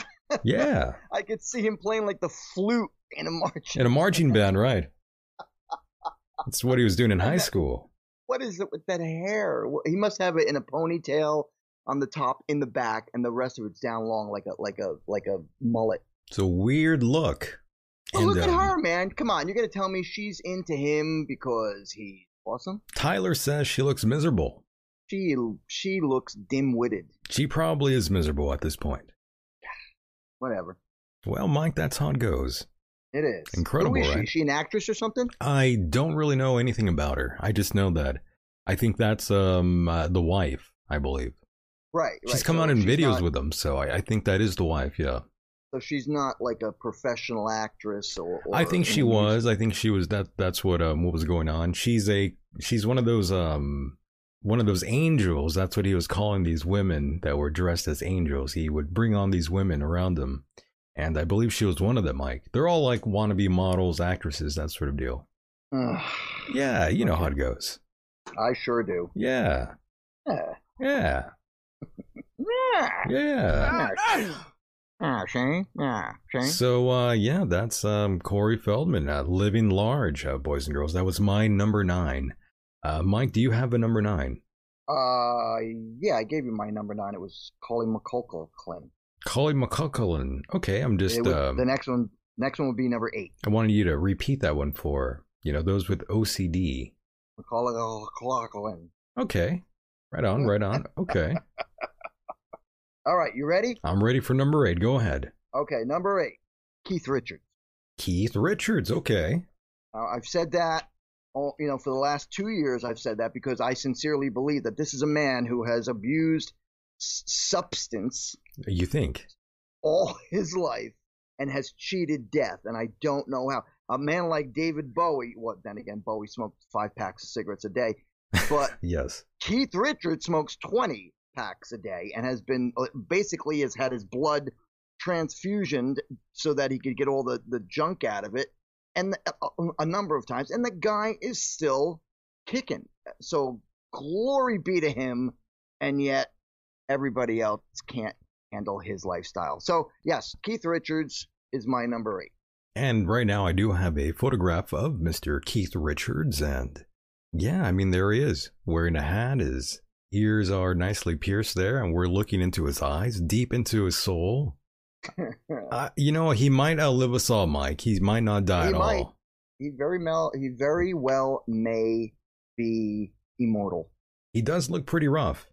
Yeah, I could see him playing like the flute in a marching. in a marching band, right? That's what he was doing in high school. what is it with that hair? Wh- He must have it in a ponytail on the top, in the back, and the rest of it's down long, like a like a like a mullet. It's a weird look. But And, look at um, her, man. Come on, you're gonna tell me she's into him because he's awesome? Tyler says she looks miserable. She she looks dim-witted. She probably is miserable at this point. Whatever Well, Mike, that's how it goes. it is. Incredible, Who is she? right? Is she an actress or something? I don't really know anything about her. I just know that. I think that's um uh, the wife, I believe. Right. She's right. come So out in she's videos not- with them, so I, I think that is the wife. Yeah, So she's not like a professional actress, or, or I think she anything. was. I think she was. That that's what um what was going on. She's a she's one of those um one of those angels. That's what he was calling these women that were dressed as angels. He would bring on these women around him, and I believe she was one of them. Mike, they're all like wannabe models, actresses, that sort of deal. Ugh, Yeah, you know how it goes. I sure do. Yeah, Yeah. yeah, Yeah. yeah. Ah, Shane. Ah, Shane. So uh, yeah, that's um, Corey Feldman, uh, Living Large, uh, boys and girls. That was my number nine. Uh, Mike, do you have a number nine? Uh, yeah, I gave you my number nine. It was Colin McCulkin. Colin McCulkin. Okay, I'm just. It would- um, the next one, next one would be number eight. I wanted you to repeat that one for you know those with OCD. McCulkin. Okay, right on, right on. Okay, All right, you ready? I'm ready for number eight. Go ahead, Okay, number eight, Keith Richards. Keith Richards. Okay, Uh, I've said that, all, you know, for the last two years. I've said that because I sincerely believe that this is a man who has abused s- substance you think? all his life and has cheated death, and I don't know how. A man like David Bowie, well, then again, Bowie smoked five packs of cigarettes a day, but Yes. Keith Richards smokes 20 packs a day and has been uh, basically has had his blood transfusioned so that he could get all the, the junk out of it and a, a number of times and the guy is still kicking so glory be to him and yet everybody else can't handle his lifestyle so yes keith richards is my number eight And right now, I do have a photograph of Mr. Keith Richards, and yeah, I mean, there he is, wearing a hat. His ears are nicely pierced there, and we're looking into his eyes, deep into his soul. Uh, you know, he might outlive us all, Mike. He might not die He at might. all. he very well he very well may be immortal He does look pretty rough.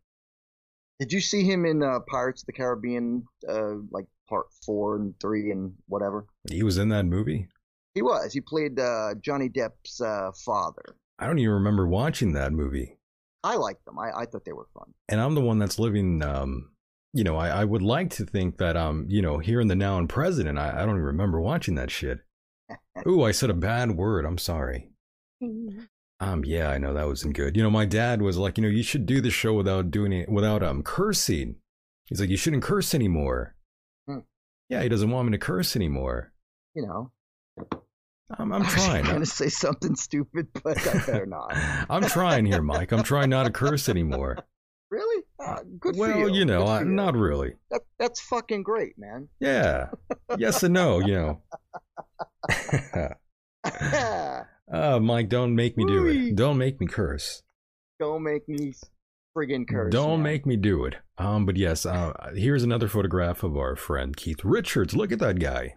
Did you see him in uh, Pirates of the Caribbean, uh, like part four and three and whatever? He was in that movie. He was. He played uh, Johnny Depp's uh, father. I don't even remember watching that movie. I liked them. I, I thought they were fun. and I'm the one that's living. Um, you know, I, I would like to think that um, you know, here in the now and present, and I, I don't even remember watching that shit. Ooh, I said a bad word. I'm sorry. Um, yeah, I know that wasn't good. You know, my dad was like, you know, you should do the show without doing it without um cursing. He's like, you shouldn't curse anymore. Hmm. Yeah, he doesn't want me to curse anymore. You know, I'm, I'm I was trying. gonna say something stupid, but I better not. I'm trying here, Mike. I'm trying not to curse anymore. Really? Uh, good well, for you. you know, Good for I, you. not really. That, that's fucking great, man. Yeah. Yes and no, you know. uh, Mike, don't make me do Whee! it. Don't make me curse. Don't make me friggin' curse. don't man. make me do it. Um, but yes, uh, here's another photograph of our friend Keith Richards. Look at that guy.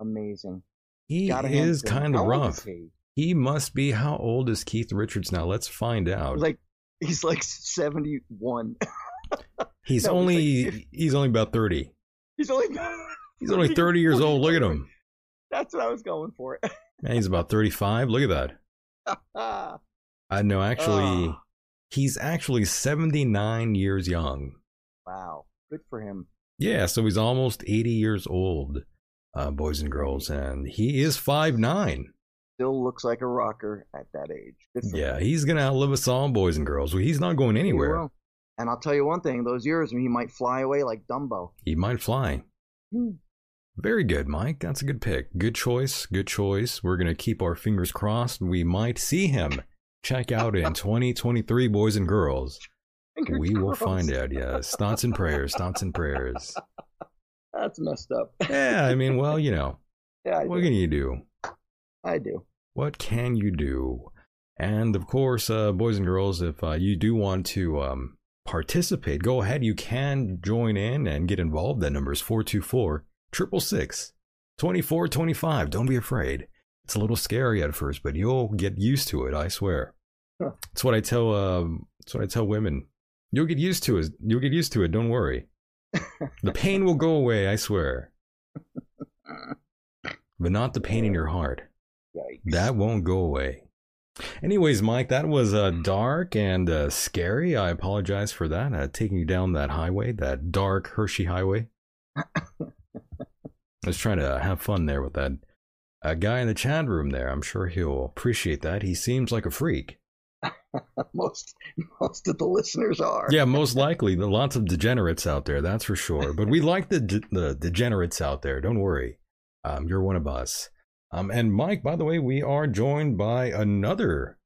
amazing. He Gotta hand is it to him. kind of How old rough. is he? He must be. How old is Keith Richards now? Let's find out. Like he's like seventy-one. he's no, he's only like- he's only about thirty. he's only. He's only thirty years old. Look at him. That's what I was going for. Man, he's about thirty-five. Look at that. Ah, I know. Uh, Actually, Ah. he's actually seventy-nine years young. wow. Good for him. Yeah, so he's almost 80 years old, uh, boys and girls, and he is five nine. still looks like a rocker at that age. Good for Yeah, him. he's gonna outlive us all, boys and girls. Well, he's not going He anywhere. will. And I'll tell you one thing: those years, he might fly away like Dumbo. He might fly. Very good, Mike. That's a good pick. Good choice. Good choice. We're gonna keep our fingers crossed. We might see him. Check out in 2023, boys and girls. Fingers We will crossed. find out. Yes, thoughts and prayers. Thoughts and prayers. That's messed up. Yeah, I mean, well, you know, yeah, I what do. can you do? I do. What can you do? And of course, uh, boys and girls, if uh, you do want to um, participate, go ahead. You can join in and get involved. That number is 424 666 2425. Don't be afraid. It's a little scary at first, but you'll get used to it, I swear. Huh. That's what I tell um, that's what I tell women. You'll get used to it. You'll get used to it, don't worry. the pain will go away, I swear. But not the pain in your heart. Yikes. That won't go away. Anyways, Mike, that was uh, dark and uh, scary. I apologize for that. Uh, taking you down that highway, that dark Hershey highway. I was trying to have fun there with that uh, guy in the chat room there. I'm sure he'll appreciate that. He seems like a freak. most most of the listeners are. Yeah, most likely. There are lots of degenerates out there, that's for sure. But we like the, de- the degenerates out there. Don't worry. Um, you're one of us. Um, and Mike, by the way, we are joined by another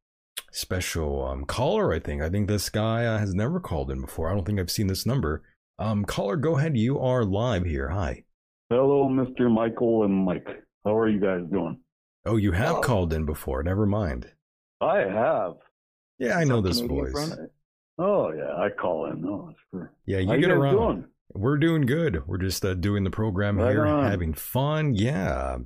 special um, caller, I think. I think this guy uh, has never called in before. I don't think I've seen this number. Um, caller, go ahead. You are live here. Hi. Hello, Mr. Michael and Mike. How are you guys doing? Oh, you have Oh. called in before. Never mind. I have. Yeah, I know Some this Canadian voice. friend? Oh yeah, I call in. Oh, it's for... Yeah, How you you get guys around. doing? We're doing good. We're just uh, doing the program Right here, on. having fun. Yeah,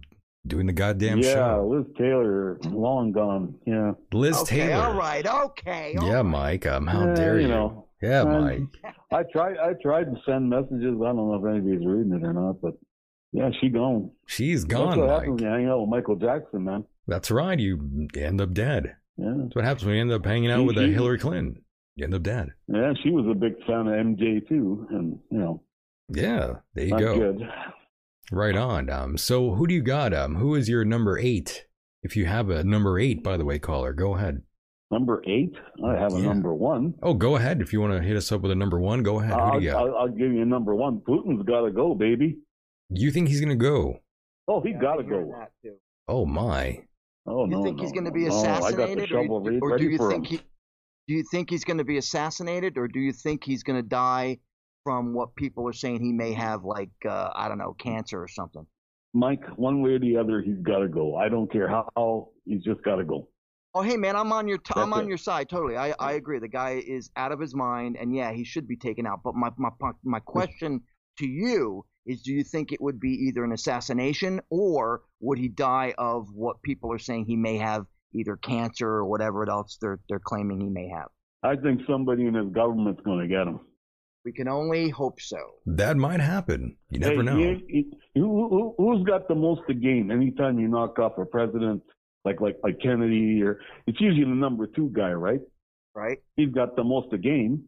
doing the goddamn yeah, show. Liz Taylor, long gone. Yeah. Liz okay, Taylor. all right, okay. all Yeah, Mike. Um, how Eh, dare you? know, yeah, I'm- Mike. I tried. I tried to send messages. I don't know if anybody's reading it or not, but yeah, she gone. She's That's gone, what Mike. happens when you hang out with Michael Jackson, man. That's right. You end up dead. Yeah. That's what happens when you end up hanging out with a Mhm. Hillary Clinton. You end up dead. Yeah, she was a big fan of MJ too, and you know, Yeah, there you not go. good. Right on. Um, so who do you got? Um, who is your number eight? If you have a number eight, by the way, caller, go ahead. Number eight. I have a Yeah. number one. Oh, go ahead. If you want to hit us up with a number one, go ahead. Who I'll, do you got? I'll, I'll give you number one. Putin's got to go, baby. you think he's gonna go? Oh, he Yeah, I've got to been hearing go. that too. Oh my. Oh you no, think he's no, going to no, be no. assassinated, I got the or, shovel you- re- or ready do you for think him. he? Do you think he's going to be assassinated, or do you think he's going to die from what people are saying he may have, like uh, I don't know, cancer or something? Mike, one way or the other, he's got to go. I don't care how, how he's just got to go. Oh, hey man, I'm on your t- I'm That's on it. your side totally. I, I agree. The guy is out of his mind, and yeah, he should be taken out. But my my po- my question to you is, do you think it would be either an assassination or would he die of what people are saying he may have, either cancer or whatever else they're they're claiming he may have? I think somebody in his government's going to get him. We can only hope so. That might happen. You never Hey, know. he- he- who, who, who's got the most to gain? Anytime you knock off a president like like like Kennedy, or it's usually the number two guy, right? Right? He's got the most to gain.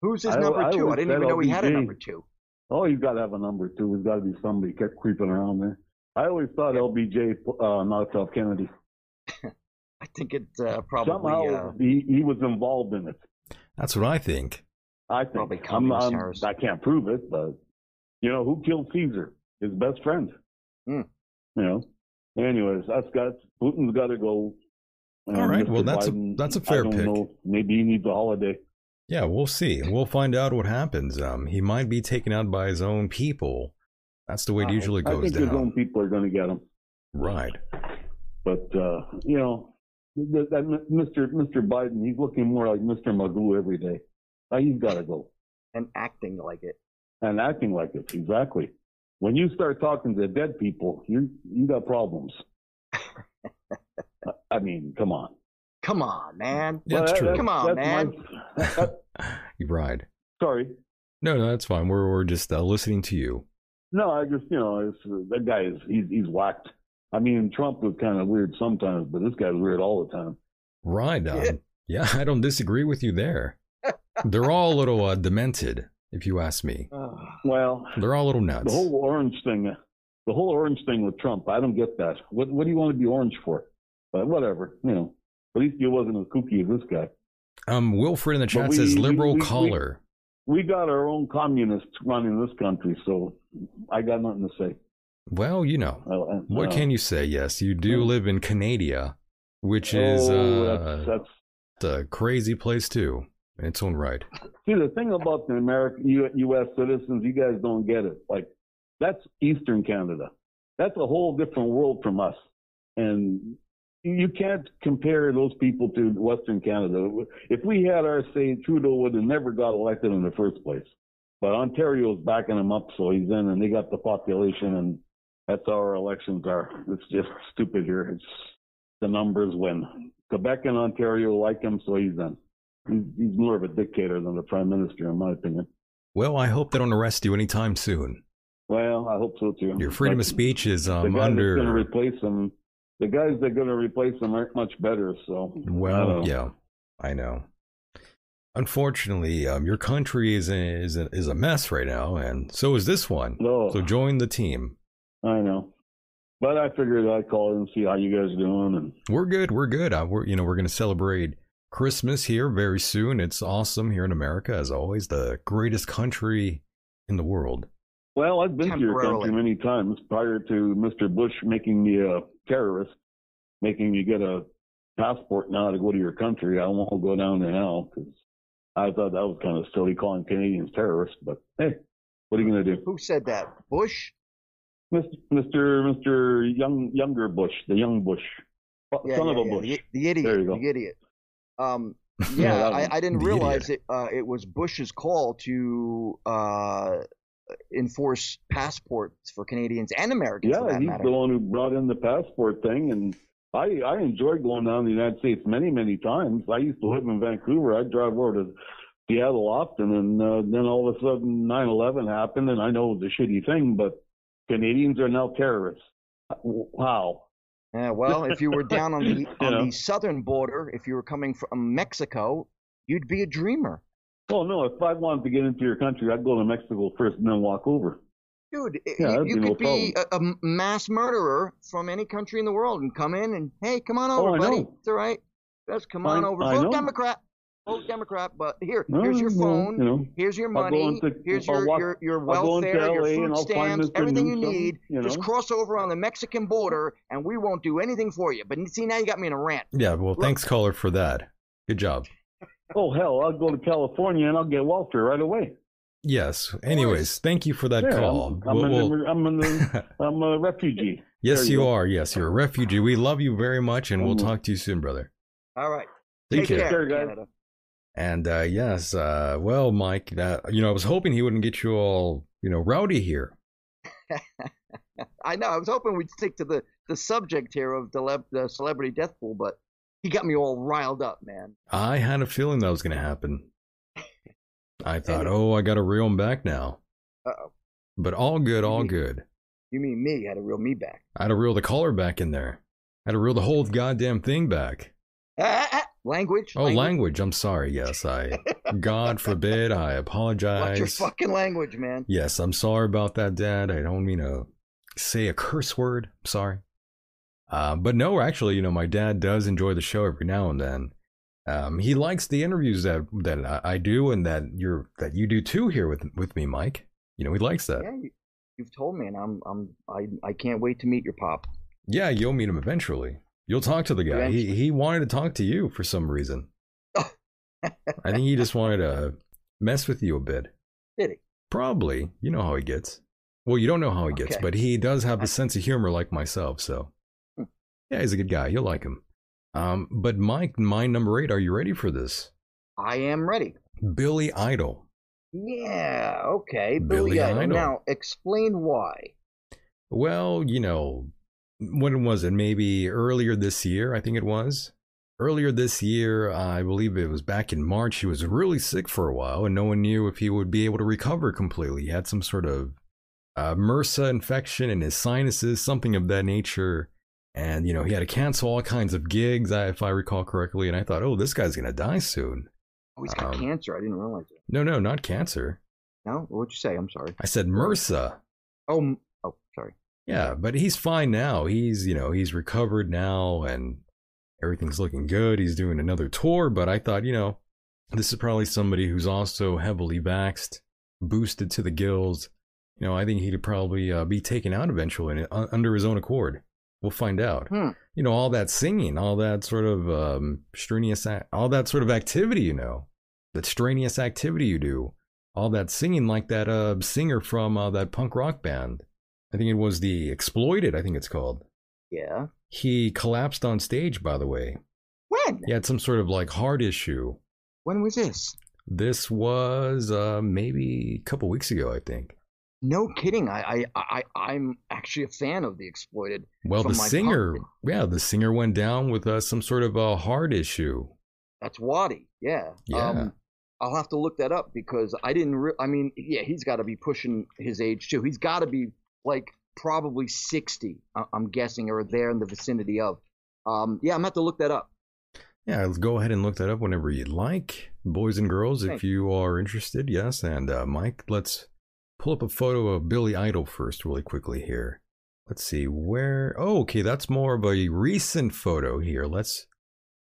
Who's his I- number I two? I would didn't bet even know he had a LBJ. number two. Oh, he's got to have a number two. There's got to be somebody kept creeping around there. I always thought LBJ uh, knocked off Kennedy. I think it uh, probably Somehow uh, he, he was involved in it. That's what I think. I think Probably I'm, Cummings, I'm- Harris. I can't prove it, but you know who killed Caesar? His best friend. Hmm. You know. Anyways, that's got Putin's got to go. And All right, well, Mr. that's a- Biden, that's a I fair don't pick. know, Maybe he needs a holiday. Yeah, we'll see. We'll find out what happens. Um, he might be taken out by his own people. That's the way it Uh, usually I goes think his own down. people are going to get him. Right. But uh, you know, th- that m- Mr. Mr. Biden, he's looking more like Mr. Magoo every day. Uh, he's got to go and acting like it. and acting like it. Exactly. When you start talking to dead people, you you got problems. I- I mean, come on. Come on, man. Yeah, it's true. Come on, that's my- You're right. sorry. No, no, that's fine. We're we're just uh, listening to you. No, I just you know it's, that guy is he's he's whacked. I mean, Trump was kind of weird sometimes, but this guy's weird all the time. Right. Um, yeah. I don't disagree with you there. They're all a little uh, demented, if you ask me. Well, They're all a little the nuts. whole orange thing, the whole orange thing with Trump, I don't get that. What what do you want to be orange for? But whatever, you know. At least he wasn't as kooky as this guy. Um, Wilfred in the chat But we- says we- liberal we- we- caller. We got our own communists running this country, so I got nothing to say. Well, you know, I- I- what uh, can you say? Yes, you do Oh. live in Canada, which is oh, uh, that's, that's a crazy place too in its own right. See, the thing about the American U- U.S. citizens, you guys don't get it. Like, that's Eastern Canada. That's a whole different world from us. And you can't compare those people to Western Canada. If we had our say, Trudeau would have never got elected in the first place. But Ontario's backing him up, so he's in, and they got the population, and that's how our elections are. It's just stupid here. It's the numbers win. Quebec and Ontario like him, so he's in. He's, he's more of a dictator than a prime minister, in my opinion. Well, I hope they don't arrest you anytime soon. Well, I hope so too. Your freedom of But speech is The um, guys that's going under. to replace him, the guys that are going to replace him aren't much better. So I Well, don't know. yeah, I know. Unfortunately, um, your country is a, is a, is a mess right now, and so is this one. No. So join the team. I know. But I figured I'd call and see how you guys are doing. And We're good. We're good. I, we're you know we're gonna celebrate Christmas here very soon. It's awesome here in America, as always, the greatest country in the world. well, I've been to your Temporarily. country many times prior to Mr. Bush making me a terrorist, making me get a passport now to go to your country. I won't go down there now because I thought that was kind of silly calling Canadians terrorists. But hey, what are you going to do? Who said that? Bush? Mr. Mr. Mr. Young younger Bush, the young Bush, Bu- Yeah, son yeah, of a yeah, Bush. The, the idiot. There you go. The idiot. Um, Yeah, yeah, that one. I, I didn't The realize it. Uh, it was Bush's call to uh, enforce passports for Canadians and Americans, for yeah, that he's matter. the one who brought in the passport thing, and I I enjoyed going down to the United States many many times. I used to live in Vancouver. I'd drive over to Seattle often, and uh, then all of a sudden 9/11 happened, and I know it was a shitty thing, but Canadians are now terrorists. Wow. Yeah, well, if you were down on the on Yeah. the southern border, if you were coming from Mexico, you'd be a dreamer, Well, Oh, no, if I wanted to get into your country, I'd go to Mexico first and then walk over. dude. i- Yeah, you that'd you be no could be a, a m- mass murderer from any country in the world and come in and hey, come on Oh, over, I buddy. know. It's all right. Just come on I- over. I Vote know. Democrat. Vote Democrat. But here, No, here's your no, phone. you know. Here's your I'll go money. into- here's I'll your, walk- your your I'll go welfare, into your LA and food I'll find stamps, Mr. everything you Newsom, need. you Just know? cross over on the Mexican border, and we won't do anything for you. But see, now you got me in a rant. Yeah. Well, thanks, caller, for that. Good job. Oh hell, I'll go to California and I'll get welfare right away. Yes. Anyways, thank you for that Yeah, call. I'm, I'm, We'll- we'll- an immi- I'm, an- I'm a refugee. yes, There you, go. are. Yes, you're a refugee. We love you very much, and we'll Mhm. talk to you soon, brother. All right. Take, care. care, guys. Canada. And uh, yes, uh, well, Mike, that you know, I was hoping he wouldn't get you all you know rowdy here. I know. I was hoping we'd stick to the, the subject here of dele- the celebrity death pool, but he got me all riled up, man. I had a feeling that was going to happen. I thought, Anyway. oh, I got to reel him back now. Uh-oh. But all good, all Mhm. good. You mean me? Had to reel me back. I had to reel the caller back in there. I had to reel the whole goddamn thing back. Ah, ah, ah. Language. Oh, language. I'm sorry. Yes, I. God forbid. I Watch your apologize. fucking language, man. Yes, I'm sorry about that, Dad. I don't mean to say a curse word. I'm sorry. Uh, but no, actually, you know, my dad does enjoy the show every now and then. Um, he likes the interviews that that I, I do and that you're that you do too here with with me, Mike. You know, he likes that. Yeah, you, you've told me, and I'm I'm I I can't wait to meet your pop. Yeah, you'll meet him eventually. You'll talk to the guy. He Eventually. he wanted to talk to you for some reason. I think he just wanted to mess with you a bit. Did he? Probably. You know how he gets. Well, you don't know how he gets, Okay. but he does have a sense of humor like myself, so Hmm. yeah, he's a good guy. You'll like him. Um, but Mike, my number eight, are you ready for this? I am ready. Billy Idol. Yeah. Okay. Billy Billy Idol. Idol. Now explain why. Well, you know, when was it? Maybe earlier this year, I think it was. Earlier this year, I believe it was back in March, he was really sick for a while and no one knew if he would be able to recover completely. He had some sort of uh, MRSA infection in his sinuses, something of that nature. And, you know, he had to cancel all kinds of gigs, I- if I recall correctly. And I thought, oh, this guy's going to die soon. Oh, he's got Um, cancer. I didn't realize it. No, no, not cancer. No. What'd you say? I'm sorry. I said MRSA. Oh. m- Oh, sorry. Yeah, but he's fine now. He's, you know, he's recovered now and everything's looking good. He's doing another tour, but I thought, you know, this is probably somebody who's also heavily vaxxed, boosted to the gills. You know, I think he'd probably uh, be taken out eventually uh, under his own accord. We'll find out. Hmm. You know, all that singing, all that sort of um, strenuous, ac- all that sort of activity, you know, that strenuous activity you do, all that singing like that uh, singer from uh, that punk rock band. I think it was the Exploited, I think it's called. Yeah. He collapsed on stage, by the way. When? He had some sort of like heart issue. When was this? This was uh, maybe a couple weeks ago, I think. No kidding. I I I I'm actually a fan of the exploited. Well, From the my singer, punk. yeah, the singer went down with uh, some sort of a heart issue. That's Waddy. Yeah. um, Yeah. I'll have to look that up because I didn't. Re- I mean, yeah, he's got to be pushing his age too. He's got to be like probably 60. I- I'm guessing, or there in the vicinity of. Um, yeah, I'm gonna have to look that up. Yeah, go ahead and look that up whenever you'd like, boys and girls, if Thanks. you are interested. Yes, and uh, Mike, let's pull up a photo of Billy Idol first, really quickly here. Let's see where. Oh, okay, that's more of a recent photo here. Let's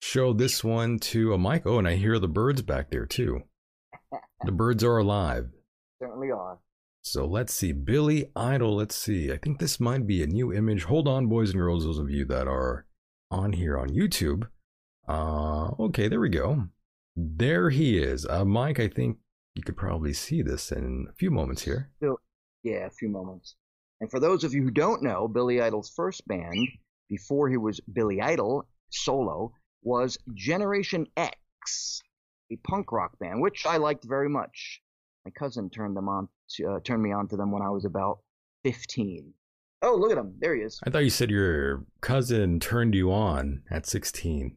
show this one to a Mike. Oh, and I hear the birds back there too. The birds are alive. Certainly are. So let's see, Billy Idol. Let's see. I think this might be a new image. Hold on, boys and girls, those of you that are on here on YouTube. Uh, okay, there we go. There he is. Uh, Mike, I think you could probably see this in a few moments here. Yeah, a few moments. And for those of you who don't know, Billy Idol's first band, before he was Billy Idol solo, was Generation X, a punk rock band, which I liked very much. My cousin turned them on, to, uh, turned me on to them when I was about 15. Oh, look at him! There he is. I thought you said your cousin turned you on at 16.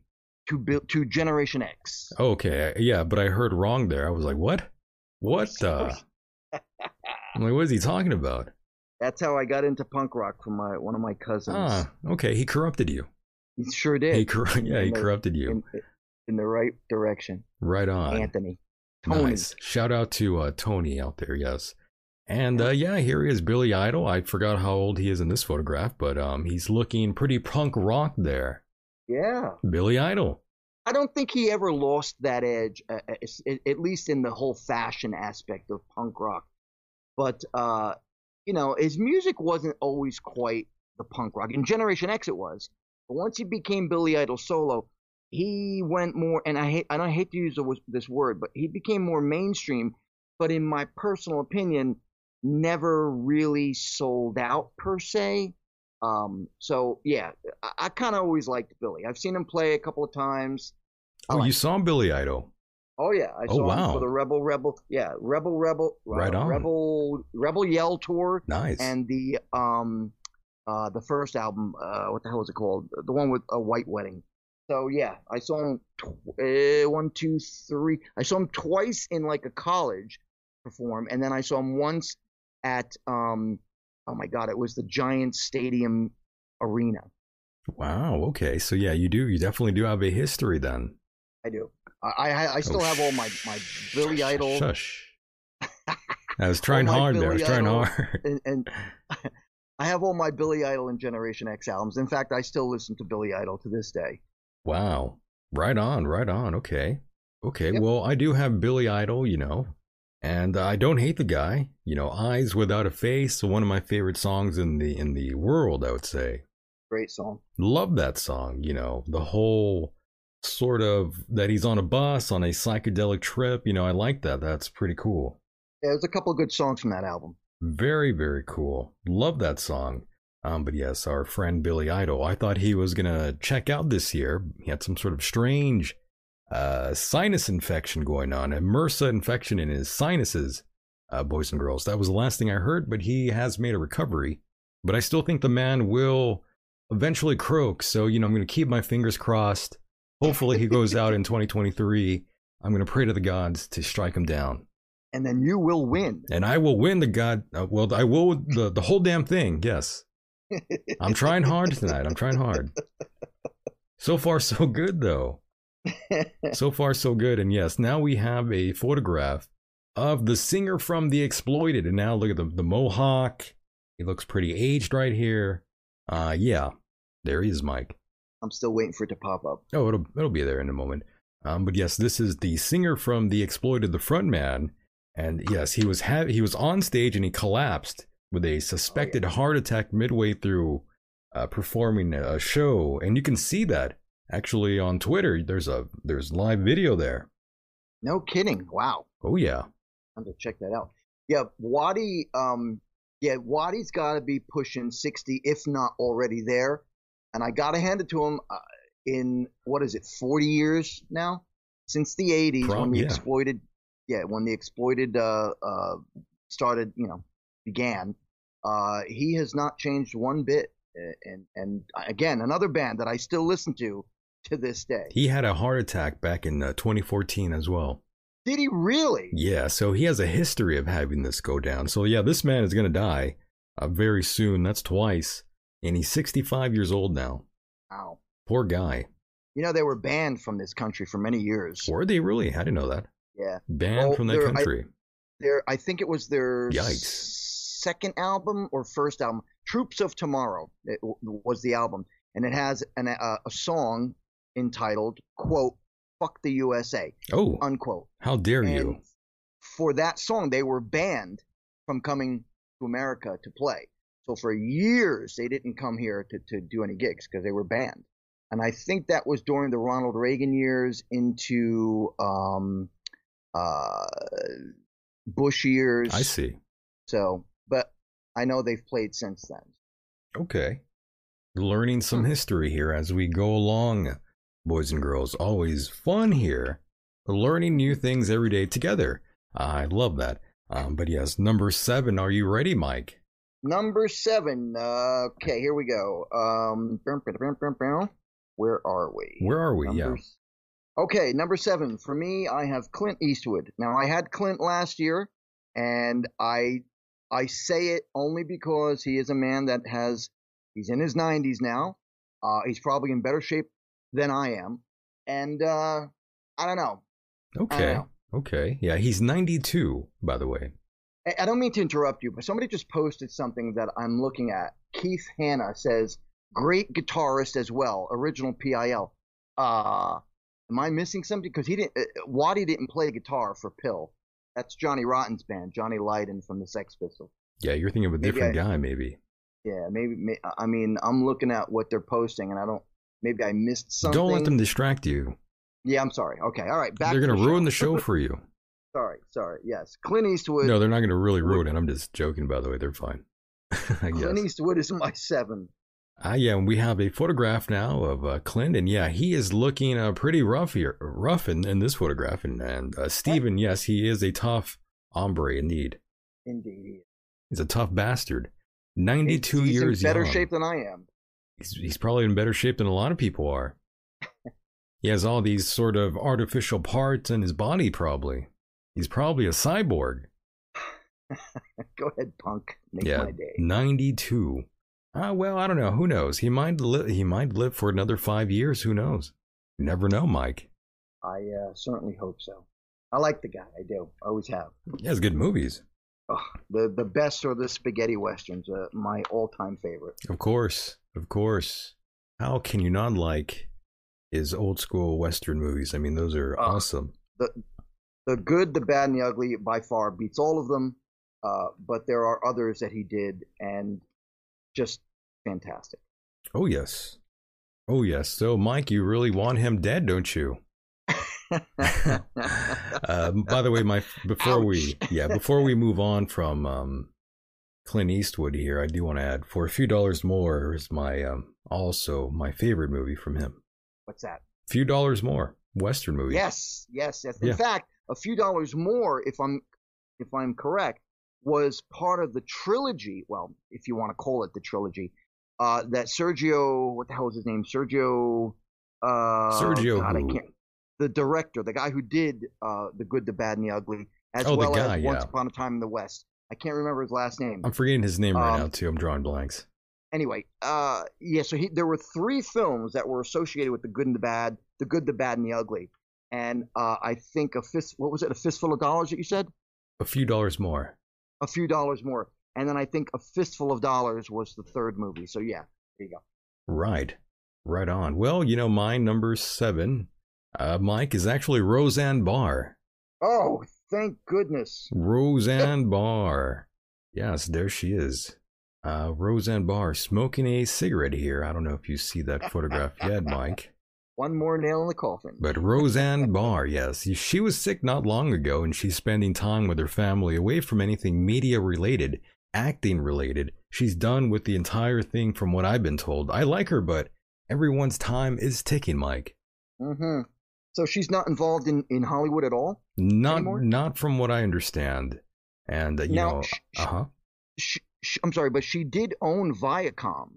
To Bi- to Generation X. Okay, yeah, but I heard wrong there. I was like, what? What uh, the? I'm like, what is he talking about? That's how I got into punk rock from my one of my cousins. Ah, okay, he corrupted you. He sure did. He corru- yeah, he In the- corrupted you. in, in the right direction. Right on. Anthony. Tony. Nice. Shout out to uh, Tony out there. Yes. And uh, yeah, here he is, Billy Idol. I forgot how old he is in this photograph, but um, he's looking pretty punk rock there. Yeah. Billy Idol. I don't think he ever lost that edge, uh, uh, s- at- at least in the whole fashion aspect of punk rock. But uh, you know, his music wasn't always quite the punk rock. In Generation X, it was. But once he became Billy Idol solo, he went more. And I hate, and I hate to use the, this word, but he became more mainstream. But in my personal opinion, never really sold out per se. Um, so yeah, I, I kind of always liked Billy. I've seen him play a couple of times. I Oh, like you saw Billy Idol. Oh yeah, I Oh, saw wow. him for the Rebel Rebel. Yeah, Rebel Rebel. uh, Right on. Rebel Rebel Yell tour Nice. and the um uh the first album. Uh, what the hell is it called? The one with a white wedding. So yeah, I saw him tw- uh, one, two, three. I saw him twice in like a college perform, and then I saw him once at um oh my god, it was the Giant Stadium Arena. wow. Okay. So yeah, you do. You definitely do have a history then. I do. I I, I still Oh, have all my my Billy shush, Idol. Shush. I was trying Oh, my hard there. I was Billy trying Idol. hard. and, and I have all my Billy Idol and Generation X albums. In fact, I still listen to Billy Idol to this day. Wow. Right on, right on. Okay. Okay. Yep. Well, I do have Billy Idol, you know, and I don't hate the guy. You know, Eyes Without a Face, one of my favorite songs in the in the world, I would say. Great song. Love that song, you know, the whole sort of that he's on a bus on a psychedelic trip, you know, I like that. That's pretty cool. Yeah, there's a couple of good songs from that album. Very, very cool. Love that song. Um, but yes, our friend Billy Idol. I thought he was gonna check out this year. He had some sort of strange uh, sinus infection going on, a MRSA infection in his sinuses. Uh, boys and girls, that was the last thing I heard. But he has made a recovery. But I still think the man will eventually croak. So you know, I'm gonna keep my fingers crossed. Hopefully, he goes out in 2023. I'm gonna pray to the gods to strike him down And then you will win. and I will win the god. Uh, well, I will the the whole damn thing. Yes, I'm trying hard tonight. I'm trying hard. So far, so good though. So far, so good. And yes, now we have a photograph of the singer from The Exploited. And now look at the the mohawk. He looks pretty aged right here. Uh, yeah, there he is, Mike. I'm still waiting for it to pop up. Oh, it'll it'll be there in a moment. Um, but yes, this is the singer from The Exploited, the frontman, and yes, he was ha- he was on stage and he collapsed with a suspected heart attack midway through uh, performing a show, and you can see that actually on Twitter. There's a there's live video there. No kidding. Wow. Oh yeah, I'm gonna check that out. Yeah, Wadi. Um, yeah, Wadi's got to be pushing 60, if not already there. And I got to hand it to him. Uh, in what is it, 40 years now since the 80s Prob- when the yeah. exploited, yeah, when the exploited uh, uh, started, you know, began. Uh, he has not changed one bit. Uh, And and again, another band that I still listen to to this day. he had a heart attack back in uh, 2014 as well. Did he really? Yeah, so he has a history of having this go down. So yeah, this man is gonna die uh, very soon. That's twice, and he's 65 years old now. Wow. Poor guy. You know, they were banned from this country for many years. Were they really? I didn't know that. Yeah. Banned Well, from that there- I- country. their I think it was their Yikes. second album or first album. Troops of Tomorrow it w- was the album, and it has an, uh, a song entitled "quote Fuck the USA" oh, unquote. how dare and you! For that song, they were banned from coming to America to play. So for years, they didn't come here to, to do any gigs because they were banned. And I think that was during the Ronald Reagan years into um, uh, Bush years. I see. So, but I know they've played since then. Okay. Learning some history here as we go along, boys and girls. Always fun here. Learning new things every day together. I love that. Um, but yes, number seven. Are you ready, Mike? Number seven. Uh, okay, here we go. Um, brum, brum, brum, brum, brum. where are we? Where are we? Number s- Okay, number seven. For me, I have Clint Eastwood. Now I had Clint last year, and I I say it only because he is a man that has he's in his nineties now. Uh, he's probably in better shape than I am, and uh, I don't know. Yeah. Okay. know. Okay. Yeah, he's 92, by the way. I- I don't mean to interrupt you, but somebody just posted something that I'm looking at. Keith Hanna says, great guitarist as well, original PIL. Uh, am I missing something? Because he didn't, uh, Waddy didn't play guitar for Pill. That's Johnny Rotten's band, Johnny Lydon from the Sex Pistols. Yeah, you're thinking of a Maybe different I- guy, maybe. Yeah, maybe, may, I mean, I'm looking at what they're posting and I don't, maybe I missed something. Don't let them distract you. Yeah, I'm sorry. Okay, all right. Back they're to going to the ruin show. the show for you. Sorry, sorry. Yes. Clint Eastwood. no, they're not going to really ruin it. I'm just joking, by the way. They're fine. I Clint guess. Eastwood is my seven. Ah, yeah, and we have a photograph now of uh, Clint, and yeah, he is looking uh, pretty rough here, rough in, in this photograph. And, and uh, Steven, yes, he is a tough hombre indeed. Indeed. he is. He's a tough bastard. 92 he's years in better young. shape than I am. he's, he's probably in better shape than a lot of people are. he has all these sort of artificial parts in his body, probably. He's probably a cyborg. Go ahead, punk. Make yeah, Mm. my day. 92. Ah, well, I don't know. Who knows? He might li- he might live for another five years. Who knows? You never know, Mike. I uh, certainly hope so. I like the guy. I do. I always have. He has good movies, Ugh, the the best are the spaghetti westerns. Uh, my all time favorite. of course, of course. How can you not like his old school Western movies? I mean, those are Ah. awesome. The good, the bad, and the ugly by far beats all of them. Uh, but there are others that he did, and just fantastic. Oh yes, oh yes. So, Mike, you really want him dead, don't you? uh, by the way, my before we yeah before we move on from um, Clint Eastwood here, I do want to add for a few dollars more is my um, also my favorite movie from him. What's that? Few dollars more, Western movie. Yes, yes, yes. In Yeah. fact, a few dollars more, if I'm if I'm correct, was part of the trilogy. Well, if you want to call it the trilogy, uh, that Sergio, what the hell is his name? Sergio. Uh, Sergio God, I who? can't. The director, the guy who did uh, the Good, the Bad, and the Ugly, as Oh, the well guy, as Once yeah. Upon a Time in the West. I can't remember his last name I'm forgetting his name right Um, now too. I'm drawing blanks. anyway, uh, yeah. So he, there were three films that were associated with the good and the bad, the good, the bad, and the ugly. And uh, I think a fist, what was it, a fistful of dollars that you said? A few dollars more. A few dollars more. And then I think a fistful of dollars was the third movie. So yeah, there you go. Right. Right on. Well, you know, my number seven, uh, Mike, is actually Roseanne Barr. Oh, thank goodness. Roseanne Barr. Yes, there she is. Uh, Roseanne Barr smoking a cigarette here. I don't know if you see that photograph yet, Mike. One more nail in the coffin. But Roseanne Barr, yes, she was sick not long ago and she's spending time with her family away from anything media related, acting related. She's done with the entire thing from what I've been told. I like her, but everyone's time is ticking, Mike. hmm So she's not involved in, in Hollywood at all? Not Anymore? not from what I understand. And uh, you Now, know, sh- sh- uh-huh. She, she, I'm sorry, but she did own Viacom,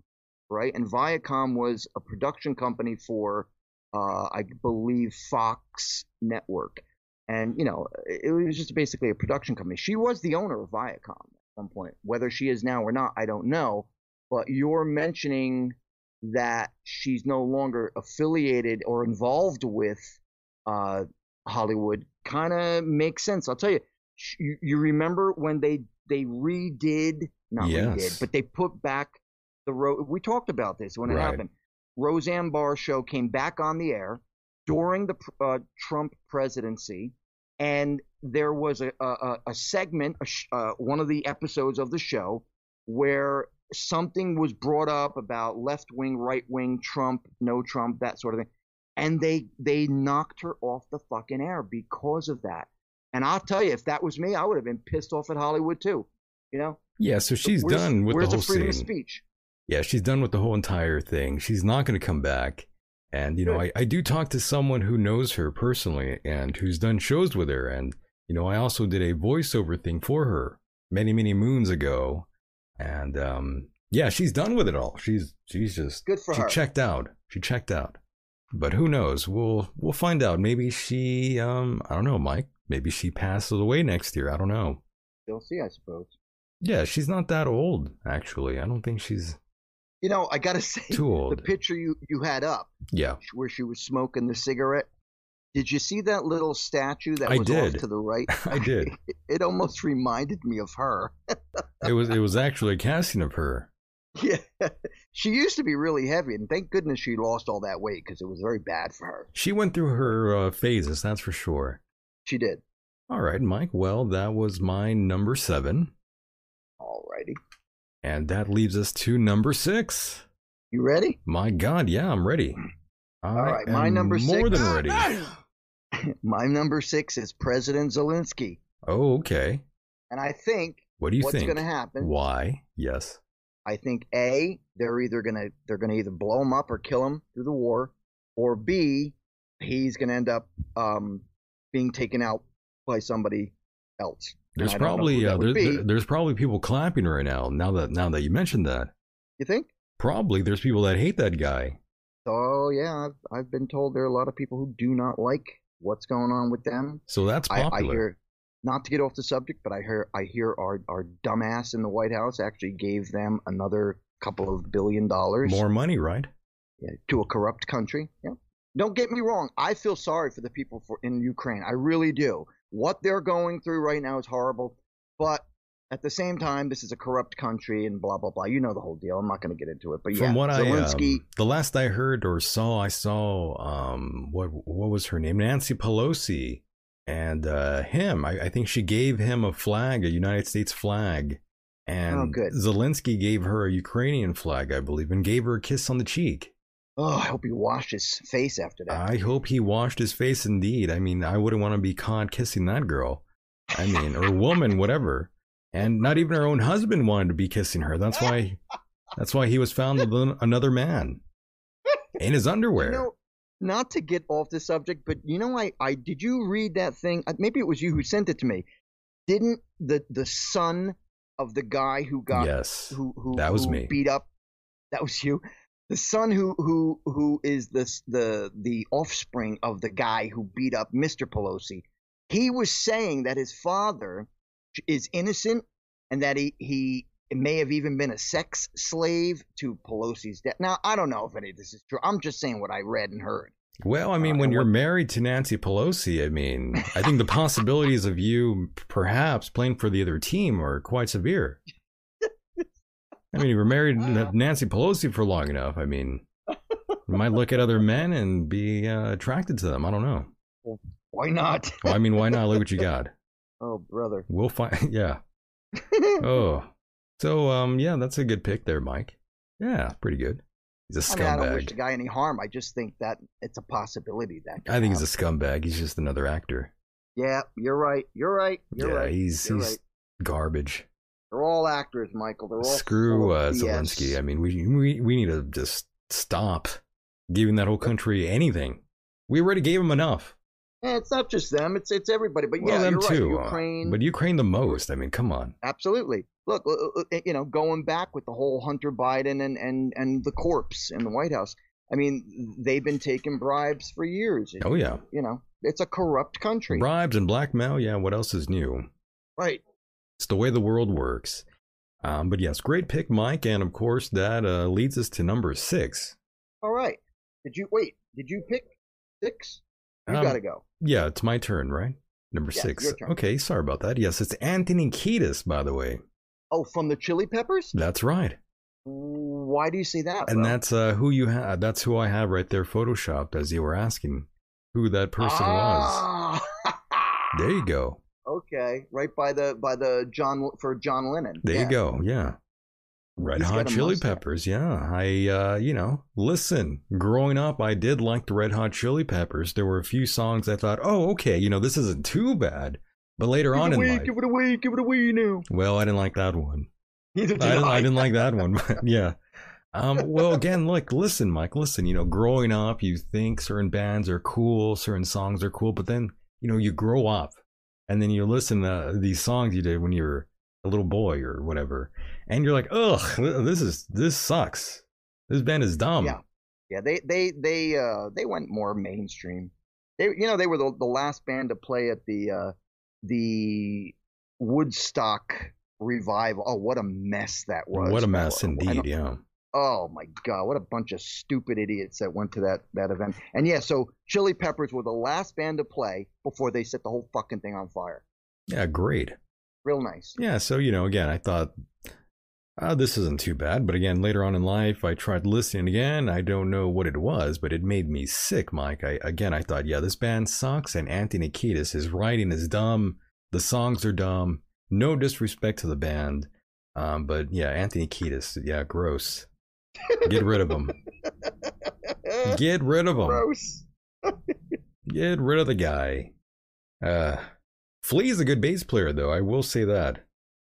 right? And Viacom was a production company for, uh, I believe, Fox Network. And, you know, it was just basically a production company. She was the owner of Viacom at one point. Whether she is now or not, I don't know. But you're mentioning that she's no longer affiliated or involved with uh, Hollywood kind of makes sense. I'll tell you, sh- you, you remember when they they redid not Yes. redid, but they put back the road. We talked about this when it Right. happened. Roseanne Barr show came back on the air during the pr- uh, Trump presidency, and there was a a, a- a segment, a sh- uh, one of the episodes of the show, where something was brought up about left wing, right wing, Trump, no Trump, that sort of thing. And they they knocked her off the fucking air because of that. And I'll tell you, if that was me, I would have been pissed off at Hollywood too. You know, Yeah, so she's Where's- done with where's the whole freedom scene. of speech? Yeah, she's done with the whole entire thing. She's not going to come back. And, you know, I, I do talk to someone who knows her personally and who's done shows with her. And, you know, I also did a voiceover thing for her many, many moons ago. And, um, yeah, she's done with it all. She's, she's just, Good for she her. checked out. She checked out. But who knows? We'll, we'll find out. Maybe she, um, I don't know, Mike. Maybe she passes away next year. I don't know. They'll see, I suppose. Yeah, she's not that old, actually. I don't think she's You know, I gotta say, too the old. picture you you had up yeah. where she was smoking the cigarette. Did you see that little statue that I was did. off to the right? I did. It almost reminded me of her. it was it was actually a casting of her. Yeah, she used to be really heavy, and thank goodness she lost all that weight because it was very bad for her. She went through her uh, phases, that's for sure. She did. All right, Mike. Well, that was my number seven, Alrighty, and that leaves us to number six. you ready? My God, yeah, I'm ready. I All right, my am number more six- than Ah, ready. My number six is President Zelensky, Oh, okay. and I think What do you what's think? going to happen? Why? Yes. I think a they're either gonna they're gonna either blow him up or kill him through the war, or b he's gonna end up um, being taken out by somebody else. And There's I don't know who probably that uh, there, would be. there- there's probably people clapping right now. Now that now that you mentioned that, you think? probably there's people that hate that guy. Oh yeah, I've, I've been told there are a lot of people who do not like what's going on with them. So that's I, popular. I hear not to get off the subject, but I hear I hear our our dumbass in the White House actually gave them another couple of billion dollars. More money, right? yeah, to a corrupt country. Yeah. Don't get me wrong. I feel sorry for the people for, in Ukraine. I really do. What they're going through right now is horrible. But at the same time, this is a corrupt country and blah, blah, blah. You know the whole deal. I'm not going to get into it. But yeah, From what I Zelensky. um, the last I heard or saw, I saw um what what was her name? Nancy Pelosi and uh him. I, I think she gave him a flag, a United States flag. And Oh, good. Zelensky gave her a Ukrainian flag, I believe, and gave her a kiss on the cheek. oh, I hope he washed his face after that. I hope he washed his face indeed. I mean, I wouldn't want to be caught kissing that girl. I mean, or woman, whatever. And not even her own husband wanted to be kissing her. That's why that's why he was found with an- another man. In his underwear. You know, not to get off the subject, but you know, I, I did you read that thing? Uh, Maybe it was you who sent it to me. Didn't the the son of the guy who got yes. who who That was who me. beat up that was you the son who who who is this the the offspring of the guy who beat up mr pelosi he was saying that his father is innocent and that he he may have even been a sex slave to pelosi's death now i don't know if any of this is true i'm just saying what i read and heard Well, I mean, Uh, when and you're what- married to Nancy Pelosi, I mean, I think the possibilities of you perhaps playing for the other team are quite severe. I mean, you were married to Nancy Pelosi for long enough. I mean, might look at other men and be uh, attracted to them. I don't know. Why not? Well, I mean, why not? Look what you got. Oh, brother. We'll find. Yeah. Oh. So um, yeah, that's a good pick there, Mike. Yeah, pretty good. He's a I, mean, I don't wish the scumbag. guy any harm. I just think that it's a possibility that. could I think he's a happen. scumbag. He's just another actor. Yeah, you're right. You're right. You're yeah, right. he's you're he's right. garbage. They're all actors, Michael. They're all Screw full uh, of BS. Zelensky. I mean, we we we need to just stop giving that whole country anything. We already gave him enough. Eh, it's not just them. It's it's everybody. But Well, yeah, them you're too. right. uh, Ukraine. but Ukraine the most. I mean, come on. Absolutely. Look, l- l- l- you know, going back with the whole Hunter Biden and, and, and the corpse in the White House. I mean, they've been taking bribes for years. Oh yeah, You know, it's a corrupt country. bribes and blackmail. Yeah, what else is new? Right. It's the way the world works. Um, but yes, great pick, Mike. And of course, that uh, leads us to number six. All right. Did you wait? Did you pick six? You Um, gotta go. Yeah, it's my turn, right? Number Yeah, six. your turn. Okay, sorry about that. Yes, it's Anthony Kiedis, by the way. Oh, from the Chili Peppers? That's right. Why do you say that? And bro? that's uh, who you have. That's who I have right there, photoshopped, as you were asking who that person ah! was. There you go. okay, right by the by the John for John Lennon. There Yeah. you go. Yeah. Red He's Hot got a Chili mustache. Peppers. Yeah. I, uh, you know, listen, growing up, I did like the Red Hot Chili Peppers. There were a few songs I thought, oh, okay, you know, this isn't too bad. But later Give on it in away, life, give it away, give it away, you know. well, I didn't like that one. Neither I did didn't, I I. didn't like that one, but yeah. Um, well, again, look, listen, Mike, listen, you know, growing up, you think certain bands are cool, certain songs are cool, but then, you know, you grow up and then you listen to these songs you did when you were a little boy or whatever, and you're like, ugh, th- this is, this sucks. This band is dumb. Yeah. Yeah, they they they uh they went more mainstream. They you know they were the, the last band to play at the uh the Woodstock revival. Oh, what a mess that was! what a man. mess I indeed. don't- Yeah. Oh my God, what a bunch of stupid idiots that went to that that event. And yeah, so Chili Peppers were the last band to play before they set the whole fucking thing on fire. Yeah. Great. Real nice. Yeah, so you know, again, I thought uh, this isn't too bad, but again, later on in life, I tried listening again. I don't know what it was, but it made me sick, Mike. I again, I thought, yeah, this band sucks, and Anthony Kiedis, his writing is dumb, the songs are dumb. No disrespect to the band, um, but yeah, Anthony Kiedis, yeah, gross. Get rid of him. Get rid of him. Gross. Get rid of the guy. Uh, Flea's a good bass player, though. I will say that.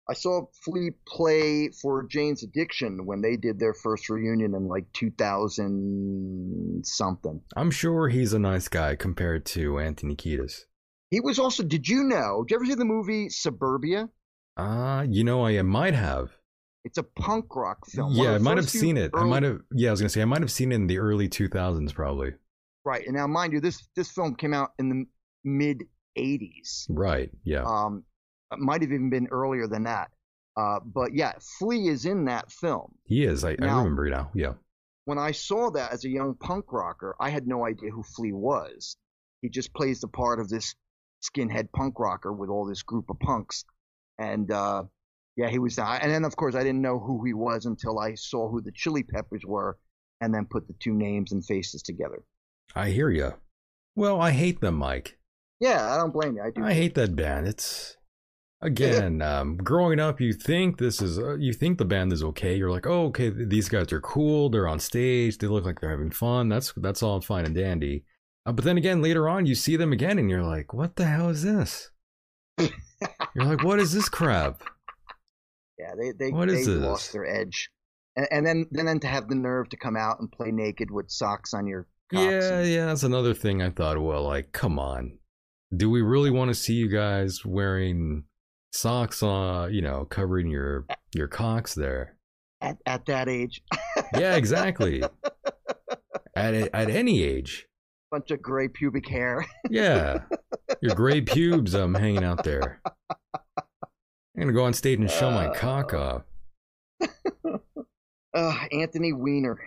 I saw Flea play for Jane's Addiction when they did their first reunion in like 2000 something. I'm sure he's a nice guy compared to Anthony Kiedis. He was also, did you know, did you ever see the movie Suburbia? Uh, you know, I might have. It's a punk rock film. yeah, I might have seen it. I might have. Yeah, I was gonna say I might have seen it in the early 2000s, probably. Right. And now, mind you, this, this film came out in the mid 80s. Right. Yeah. Um, it might have even been earlier than that. Uh, but yeah, Flea is in that film. he is. I, I now- remember now. Yeah. when I saw that as a young punk rocker, I had no idea who Flea was. He just plays the part of this skinhead punk rocker with all this group of punks. And uh, yeah, he was. And then, of course, I didn't know who he was until I saw who the Chili Peppers were and then put the two names and faces together. I hear you. Well, I hate them, Mike. Yeah, I don't blame you. I do. I hate that band. It's again, um, growing up, you think this is uh, you think the band is okay. You're like, oh, okay, th- these guys are cool. They're on stage. They look like they're having fun. That's that's all fine and dandy. Uh, but then again, later on, you see them again, and you're like, what the hell is this? you're like, what is this crap? Yeah, they they, What they is this? lost their edge. And, and then and then to have the nerve to come out and play naked with socks on your cocks. Yeah, yeah, that's another thing I thought. Well, like, come on, do we really want to see you guys wearing socks on? You know, covering your your cocks there. at, at that age, Yeah, exactly. at at any age. bunch of gray pubic hair. Yeah. Your gray pubes um hanging out there. I'm gonna go on stage and show my cock off. Uh, Anthony Weiner.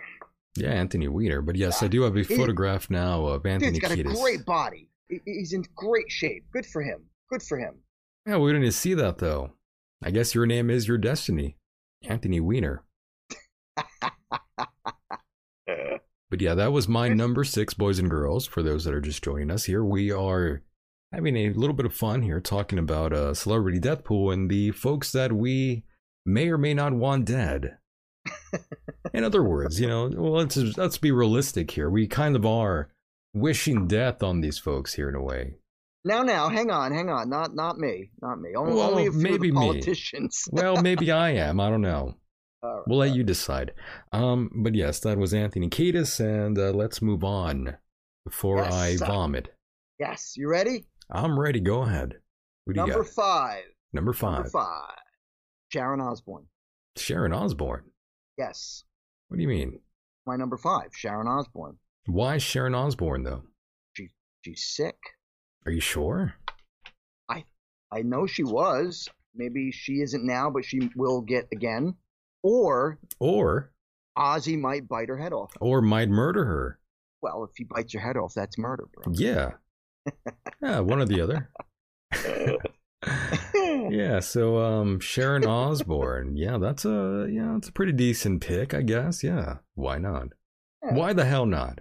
Yeah, Anthony Weiner. But yes, I do have a He- photograph now of Dude's Anthony got a Kiedis. great body. He- He's in great shape. Good for him. Good for him. Yeah, we didn't see that though. I guess your name is your destiny. Anthony Weiner. but But yeah, that was my number six, boys and girls. For those that are just joining us here, we are having a little bit of fun here talking about uh, Celebrity Death Pool and the folks that we may or may not want dead. In other words, you know, well, let's let's be realistic here. We kind of are wishing death on these folks here in a way. Now, now, hang on, hang on. Not, not me, not me. Only, Well, only a few of maybe the me. politicians. Well, maybe I am. I don't know. All right. uh, We'll let you decide. Um, but yes, that was Anthony Kiedis, and uh, let's move on before Yes. I vomit. Yes, you ready? I'm ready. Go ahead. Who do you Number got? five. Number five. Number five. Sharon Osbourne. Sharon Osbourne. Yes, What do you mean? my number five. Sharon Osbourne. Why Sharon Osbourne though? She, she's sick. Are you sure? I know she was. Maybe she isn't now, but she will get again. Or Or Ozzy might bite her head off. or might murder her? Well, if he bites your head off, that's murder, bro. Yeah. Yeah, one or the other. yeah, so um Sharon Osbourne. Yeah, that's a yeah, it's a pretty decent pick, I guess. Yeah. Why not? Why the hell not?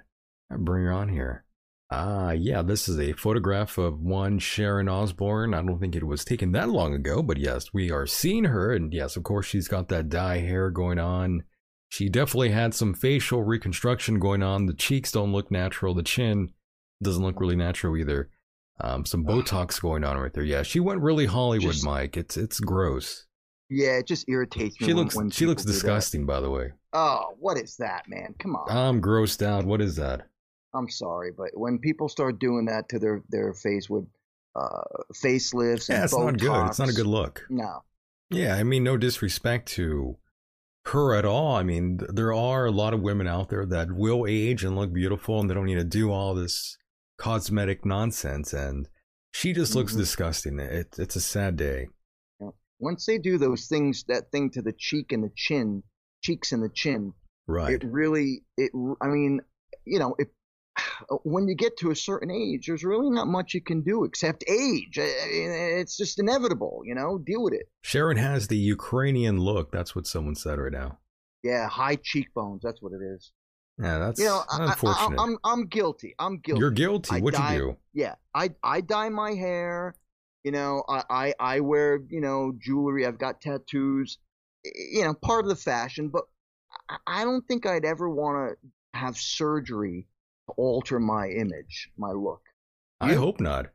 I bring her on here. Ah, yeah, this is a photograph of one Sharon Osbourne. I don't think it was taken that long ago, but yes, we are seeing her. And yes, of course, she's got that dye hair going on. She definitely had some facial reconstruction going on. The cheeks don't look natural. The chin doesn't look really natural either. Um, some Botox going on right there. Yeah, she went really Hollywood, Just- Mike. It's it's gross. Yeah, it just irritates me. She when- looks when she looks people do that. disgusting, by the way. Oh, what is that, man? Come on. I'm grossed out. What is that? I'm sorry, but when people start doing that to their their face with uh, facelifts and Yeah, it's not good. It's not a good Botox, look. No, Yeah, I mean, no disrespect to her at all. I mean, th- there are a lot of women out there that will age and look beautiful and they don't need to do all this cosmetic nonsense. And she just looks Mhm. disgusting. It, it's a sad day. once they do those things, that thing to the cheek and the chin, cheeks and the chin, Right. it really, it. I mean, you know, it. When you get to a certain age, there's really not much you can do except age. I- I- It's just inevitable, you know. Deal with it. Sharon has the Ukrainian look. That's what someone said right now. Yeah, high cheekbones. That's what it is. Yeah, that's You know, I, I, unfortunate. I'm I'm guilty. I'm guilty. You're guilty. I What'd dye- you do? Yeah, I I dye my hair. You know, I I, I wear you know jewelry. I've got tattoos. y- You know, part of the fashion, but I- I don't think I'd ever want to have surgery to alter my image, my look. I You? hope not.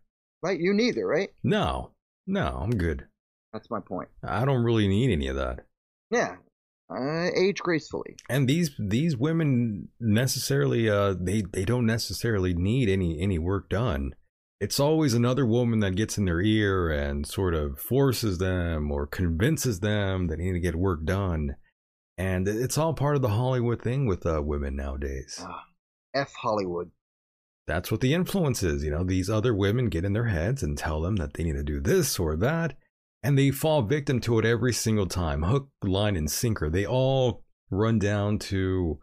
Right? You neither, right? No, no, I'm good. That's my point. I don't really need any of that. Yeah, uh, age gracefully. and these these women necessarily uh they they don't necessarily need any any work done it's always another woman that gets in their ear and sort of forces them or convinces them they need to get work done and it's all part of the hollywood thing with uh women nowadays Ah, F Hollywood. that's what the influence is you know these other women get in their heads and tell them that they need to do this or that and they fall victim to it every single time hook line and sinker they all run down to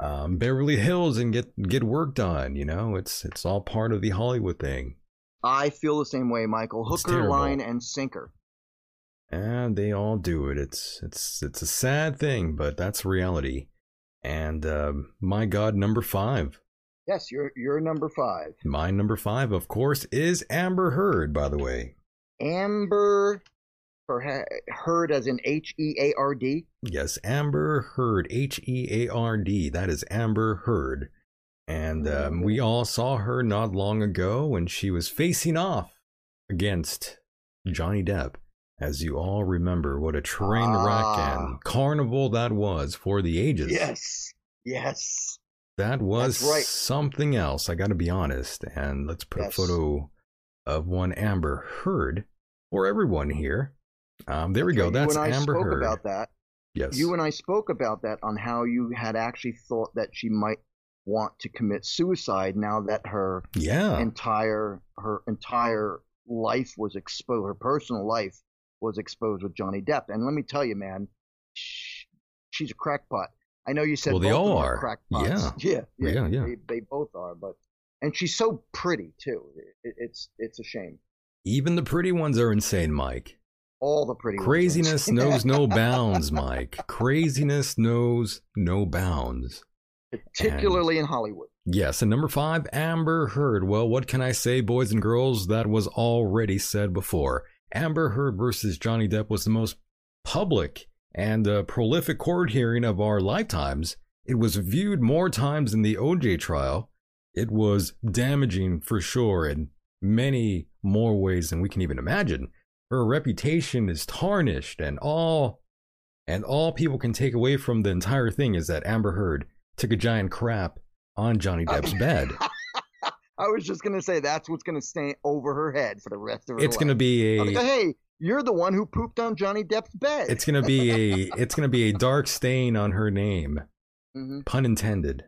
um, beverly hills and get get work done you know it's it's all part of the hollywood thing I feel the same way, Michael. It's Hooker, terrible. line, and sinker. and they all do it it's it's it's a sad thing but that's reality and um, my god number five Yes, you're you're number five. my number five of course is amber heard by the way Amber perha- Heard as in H E A R D. Yes, Amber Heard, H E A R D. That is Amber Heard. And um, Mm. we all saw her not long ago when she was facing off against Johnny Depp. As you all remember, what a train wreck Ah. and carnival that was for the ages. Yes. Yes. That was That's right. something else, I gotta be honest. And let's put Yes. a photo of one Amber Heard for everyone here. Um, there we go. You That's and I Amber spoke Heard. about that. Yes. You and I spoke about that on how you had actually thought that she might want to commit suicide now that her yeah. entire her entire life was exposed her personal life was exposed with Johnny Depp. And let me tell you, man, sh she's a crackpot. I know you said Well, both they of all them are, are. crackpots. Yeah, yeah, Yeah, yeah. They, they both are, but and she's so pretty too. It, it's it's a shame. Even the pretty ones are insane, Mike. All the pretty ones are Craziness insane. knows no bounds, Mike. Craziness knows no bounds. particularly in Hollywood. Yes, and number five, Amber Heard. Well, what can I say, boys and girls? That was already said before. Amber Heard versus Johnny Depp was the most public and uh, prolific court hearing of our lifetimes. It was viewed more times than the OJ trial. It was damaging for sure in many more ways than we can even imagine. Her reputation is tarnished, and all and all people can take away from the entire thing is that Amber Heard took a giant crap on Johnny Depp's bed. I was just gonna say that's what's gonna stay over her head for the rest of her It's life. gonna be Like, a hey, you're the one who pooped on Johnny Depp's bed. it's gonna be a it's gonna be a dark stain on her name, Mhm. pun intended.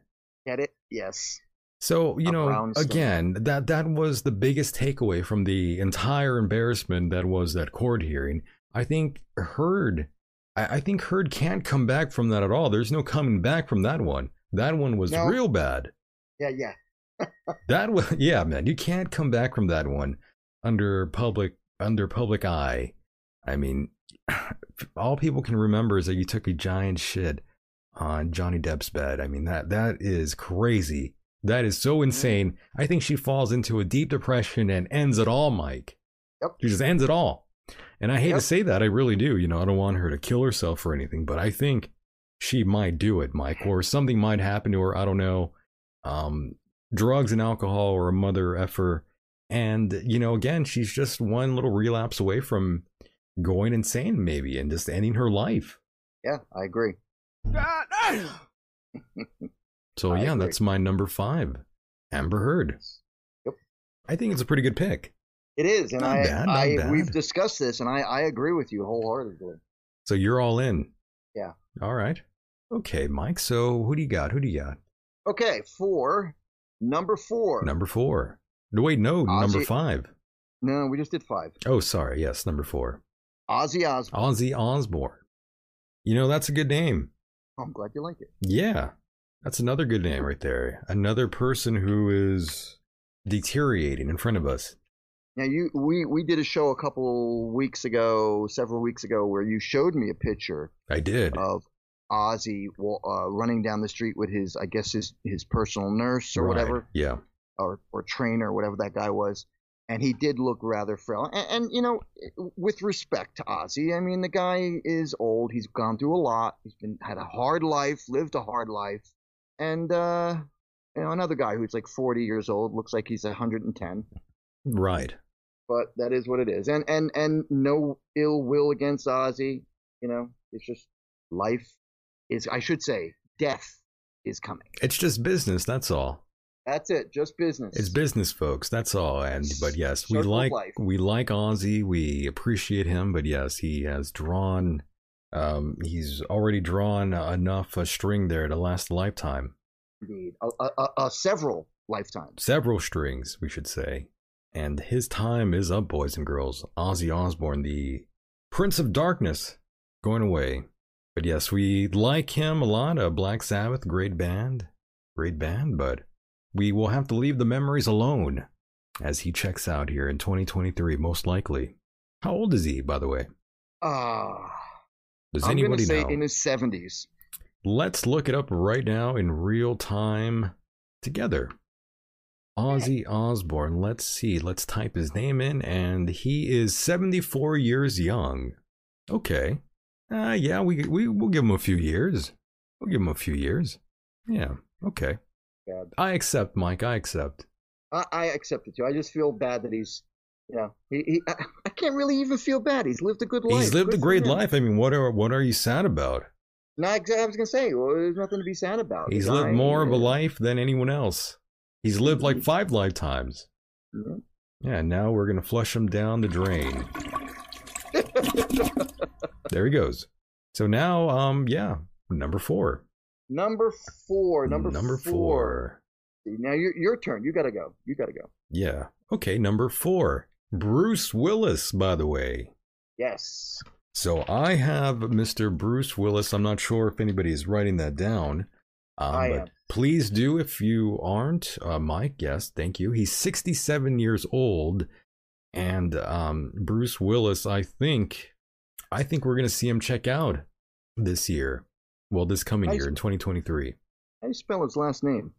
Get it? Yes. So you A know, brown stain. again, that that was the biggest takeaway from the entire embarrassment that was that court hearing. I think Heard, I, I think Heard can't come back from that at all. There's no coming back from that one. That one was No. real bad. Yeah, yeah. That was yeah, man. You can't come back from that one under public under public eye. I mean, all people can remember is that you took a giant shit on Johnny Depp's bed. I mean that that is crazy. That is Mm-hmm. so insane. I think she falls into a deep depression and ends it all, Mike. Yep. She just ends it all. And I hate to Yep. say that, I really do. You know, I don't want her to kill herself or anything, but I think she might do it, Mike, or something might happen to her. I don't know. Um, drugs and alcohol or a mother effer. And, you know, again, she's just one little relapse away from going insane, maybe, and just ending her life. Yeah, I agree. So, I yeah, agree. that's my number five, Amber Heard. Yep. I think it's a pretty good pick. It is, and Not I, bad, not I bad. we've discussed this, and I, I agree with you wholeheartedly. So you're all in. Yeah. All right. Okay, Mike. So who do you got? Who do you got? Okay, four. Number four. Number four. No, wait, no, Ozzy- number five. No, we just did five. Oh, sorry. Yes, number four. Ozzy Osbourne. Ozzy Osbourne. You know, that's a good name. Oh, I'm glad you like it. Yeah. That's another good name right there. Another person who is deteriorating in front of us. Now you we we did a show a couple weeks ago, several weeks ago, where you showed me a picture I did. of Ozzy wa- uh, running down the street with his, I guess his his personal nurse or Right. whatever, Yeah. or or trainer, whatever that guy was, and he did look rather frail. And, and you know, with respect to Ozzy, I mean the guy is old. He's gone through a lot. He's been had a hard life, lived a hard life, and uh, you know another guy who's like 40 years old looks like he's 110 Right. but that is what it is. And and and no ill will against Ozzy. You know, it's just life is. I should say, death is coming. It's just business. That's all. That's it. Just business. It's business, folks. That's all. And but yes, we Circle of like life. we like Ozzy. We appreciate him. But yes, he has drawn. Um, he's already drawn enough a string there to last a lifetime. indeed. A, a, a, a several lifetimes. Several strings, we should say. And his time is up, boys and girls. Ozzy Osbourne, the Prince of Darkness, going away. But yes, we like him a lot. A Black Sabbath, great band, great band. But we will have to leave the memories alone as he checks out here in 2023, most likely. How old is he, by the way? Ah, Does I'm gonna anybody say know? in his seventies. Let's look it up right now in real time together. Ozzy Osbourne. Let's see. Let's type his name in, and he is 74 years young. Okay. Uh, yeah, we, we, we'll give him a few years. We'll give him a few years. Yeah. Okay. Bad. I accept, Mike. I accept. I, I accept it too. I just feel bad that he's. You know, he, he I, I can't really even feel bad. He's lived a good life. He's lived Good a for great him. life. I mean, what are, what are you sad about? No, I I was gonna say, well, there's nothing to be sad about. He's The lived guy- more of a life than anyone else. He's lived Mm-hmm. like five lifetimes. Yeah. Yeah, now we're gonna flush him down the drain. there he goes. So now, um, yeah, number four. Number four. Number, four. Now your your turn. You gotta go. You gotta go. Yeah. Okay, number four. Bruce Willis, by the way. Yes. So I have Mr. Bruce Willis. I'm not sure if anybody is writing that down. Um, I but am. Please do if you aren't. Uh, Mike, yes, thank you. He's 67 years old, and um, Bruce Willis. I think, I think we're gonna see him check out this year. Well, this coming I- year in 2023. How do you spell his last name?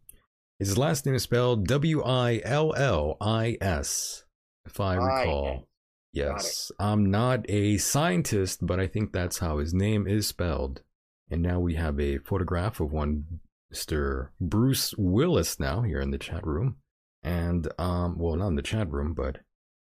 His last name is spelled W I L L I S, if I recall. Yes. I'm not a scientist, but I think that's how his name is spelled. And now we have a photograph of one Mr. Bruce Willis now here in the chat room. And um well not in the chat room, but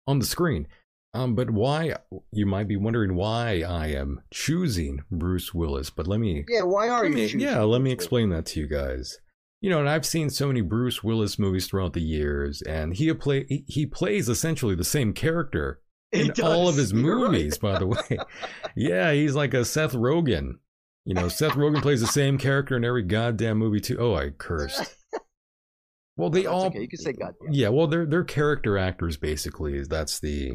on the screen. Um but why you might be wondering why I am choosing Bruce Willis, but let me Yeah, why are let you? me- choosing yeah, let me this? explain that to you guys. You know, and I've seen so many Bruce Willis movies throughout the years, and he play he- he plays essentially the same character He in all of does. his You're right. movies. By the way, yeah, he's like a Seth Rogen. You know, Seth Rogen plays the same character in every goddamn movie too. Oh, I cursed. Well, they That's all okay, you can say goddamn. yeah, well, they're they're character actors basically. That's the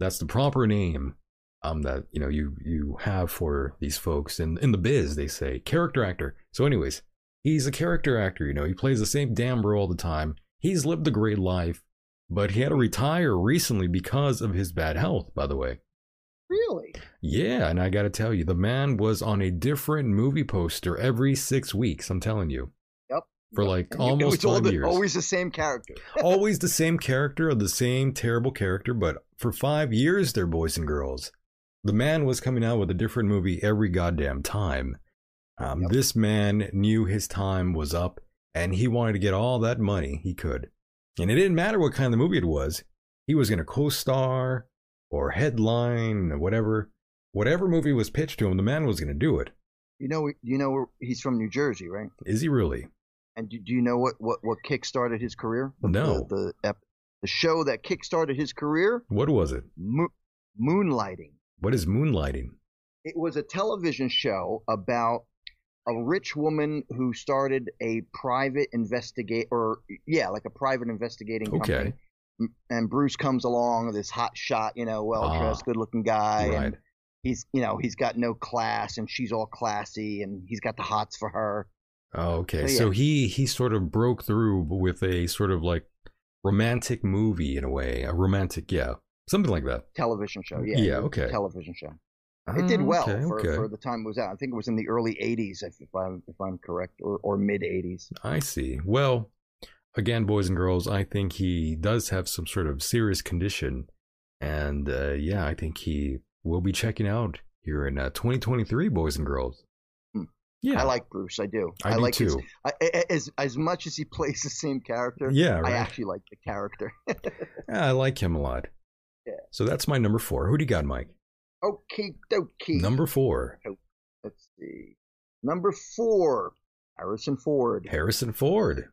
that's the proper name um that you know you you have for these folks in in the biz. They say character actor. So, anyways, he's a character actor. You know, he plays the same damn role all the time. He's lived a great life, but he had to retire recently because of his bad health. By the way, Really? yeah, and I got to tell you, the man was on a different movie poster every six weeks. I'm telling you. Yep. For like And you- it almost was all five the- years Always the same character. always the same character or the same terrible character, but for five years, they're boys and girls. The man was coming out with a different movie every goddamn time. Um, Yep. This man knew his time was up and he wanted to get all that money he could. And it didn't matter what kind of movie it was, he was going to co star or headline or whatever. Whatever movie was pitched to him, the man was going to do it. You know, you know, he's from New Jersey, right? Is he really? And do, do you know what what what kickstarted his career? The- No. The the, ep- the show that kickstarted his career, What was it? Mo- Moonlighting. What is moonlighting? It was a television show about a rich woman who started a private investigate or yeah, like a private investigating company. Okay. M- And Bruce comes along, this hot shot, you know, well dressed, Ah, good looking guy. and Right. he's you know, he's got no class and she's all classy and he's got the hots for her. Oh, okay. So, yeah. So he he sort of broke through with a sort of like romantic movie in a way, a romantic, yeah, something like that. Television show, yeah. Yeah, it was a okay. Television show. It did Ah, well okay, for, okay. for the time it was out. I think it was in the early '80s, if, if I'm if I'm correct, or, or mid '80s. I see. Well, again, boys and girls, I think he does have some sort of serious condition, and uh, yeah, I think he will be checking out here in uh, 2023, boys and girls. Hmm. Yeah, I like Bruce. I do. I, do like too. His, I, I- as as much as he plays the same character. Yeah, right. I actually like the character. Yeah, I like him a lot. Yeah. So that's my number four. Who do you got, Mike? okay, dokie. Number four, Let's see. Number four, Harrison Ford. Harrison Ford.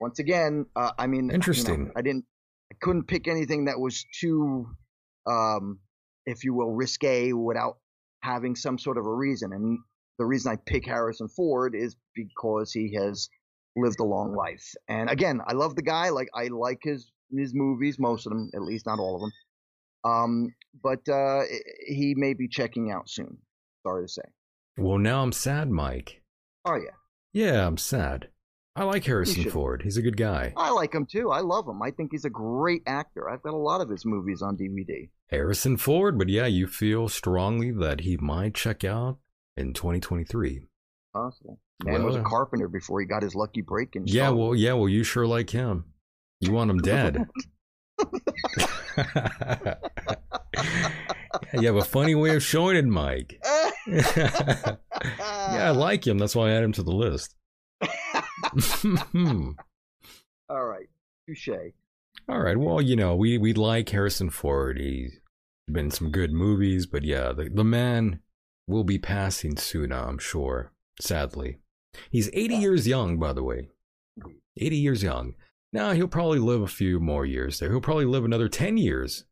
Once again, uh, I mean, you know, Interesting. I didn't. I couldn't pick anything that was too, um, if you will, risque without having some sort of a reason. And the reason I pick Harrison Ford is because he has lived a long life. And again, I love the guy. Like I like his his movies, most of them, at least not all of them. Um, but uh, i- he may be checking out soon. Sorry to say. Well, now I'm sad, Mike. Oh yeah, Yeah, I'm sad. I like Harrison should. Ford. He's a good guy. I like him too. I love him. I think he's a great actor. I've got a lot of his movies on DVD. Harrison Ford, but yeah, you feel strongly that he might check out in 2023. Possible. Man was a Well- carpenter before he got his lucky break and Yeah, well, yeah, well, you sure like him. You want him dead. you have a funny way of showing it, Mike. yeah, I like him. That's why I add him to the list. Hmm. All right. Touche. All right. Well, you know, we we like Harrison Ford. He's been in some good movies, but yeah, the the man will be passing soon, I'm sure. Sadly, he's 80 years young, by the way. 80 years young. Now he'll probably live a few more years there. He'll probably live another 10 years.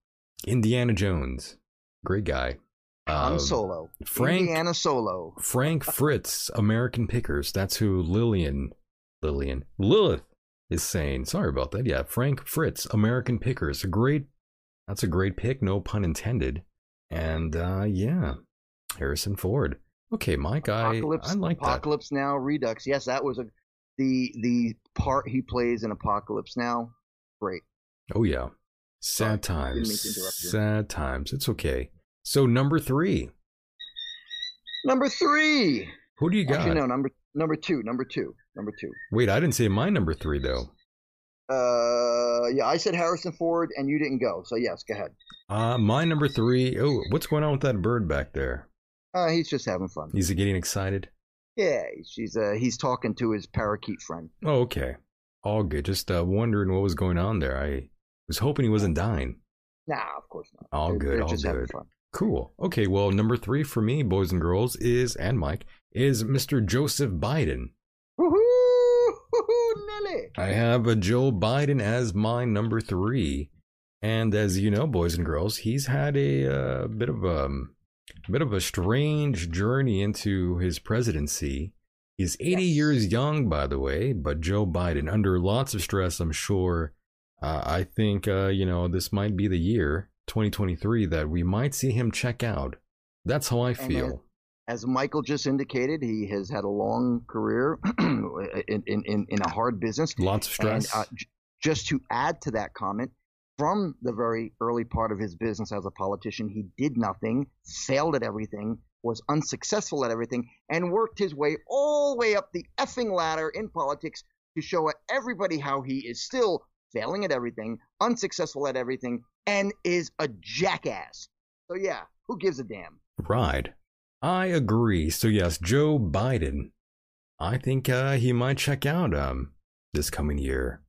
Indiana Jones, great guy. Han Um, Solo. Frank- Indiana Solo. Frank Fritz, American Pickers. That's who Lillian, Lillian, Lilith is saying. Sorry about that. Yeah, Frank Fritz, American Pickers. A great, that's a great pick. No pun intended. And uh yeah, Harrison Ford. Okay, Mike, I Apocalypse. I like Apocalypse Now Redux. Yes, that was a the the part he plays in Apocalypse Now. Great. that. Oh yeah, Sorry, sad didn't mean times. to interrupt you. Sad times. It's okay. So number three, Number three. Who do you got? Actually, no, number number two, number two, number two. Wait, I didn't say my number three though. Uh, yeah, I said Harrison Ford, and you didn't go. So yes, go ahead. Uh, my number three. Oh, what's going on with that bird back there? Uh, he's just having fun. Is he getting excited? Yeah, she's uh, he's talking to his parakeet friend. Oh, okay. All good. Just uh, wondering what was going on there. I was hoping he wasn't dying. Nah, of course not. All They're- good, they're all just having good. fun. Cool. Okay, well, number three for me, boys and girls, is, and Mike, is Mr. Joseph Biden. Woohoo! Woohoo, Nelly! I have a Joe Biden as my number three, and as you know, boys and girls, he's had a uh, bit of a, bit of a strange journey into his presidency. He's 80 years young, by the way, but Joe Biden, under lots of stress, I'm sure. Uh, I think uh, you know this might be the year 2023 that we might see him check out. That's how I then- feel. As Michael just indicated, he has had a long career in, in, in, in a hard business. Lots of And, stress. uh, j- just to add to that comment, from the very early part of his business as a politician, he did nothing, failed at everything, was unsuccessful at everything, and worked his way all the way up the effing ladder in politics to show everybody how he is still failing at everything, unsuccessful at everything, and is a jackass. So, yeah, who gives a damn? ride. I agree. So yes, Joe Biden. I think uh, he might check out um this coming year.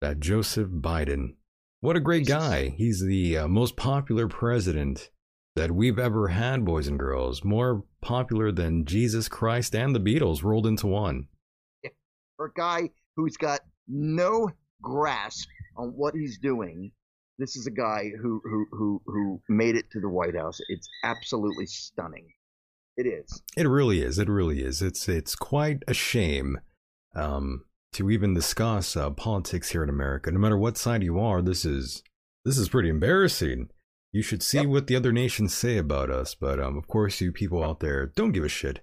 That Joseph Biden. What a great guy. He's the uh, most popular president that we've ever had, boys and girls. More popular than Jesus Christ and the Beatles rolled into one. for a guy who's got no grasp on what he's doing. This is a guy who who who who made it to the White House. It's absolutely stunning. It is. It really is. It really is. It's it's quite a shame um, to even discuss uh, politics here in America. No matter what side you are, this is this is pretty embarrassing. You should see what the other nations say about us, but um, of course, you people out there don't give a shit.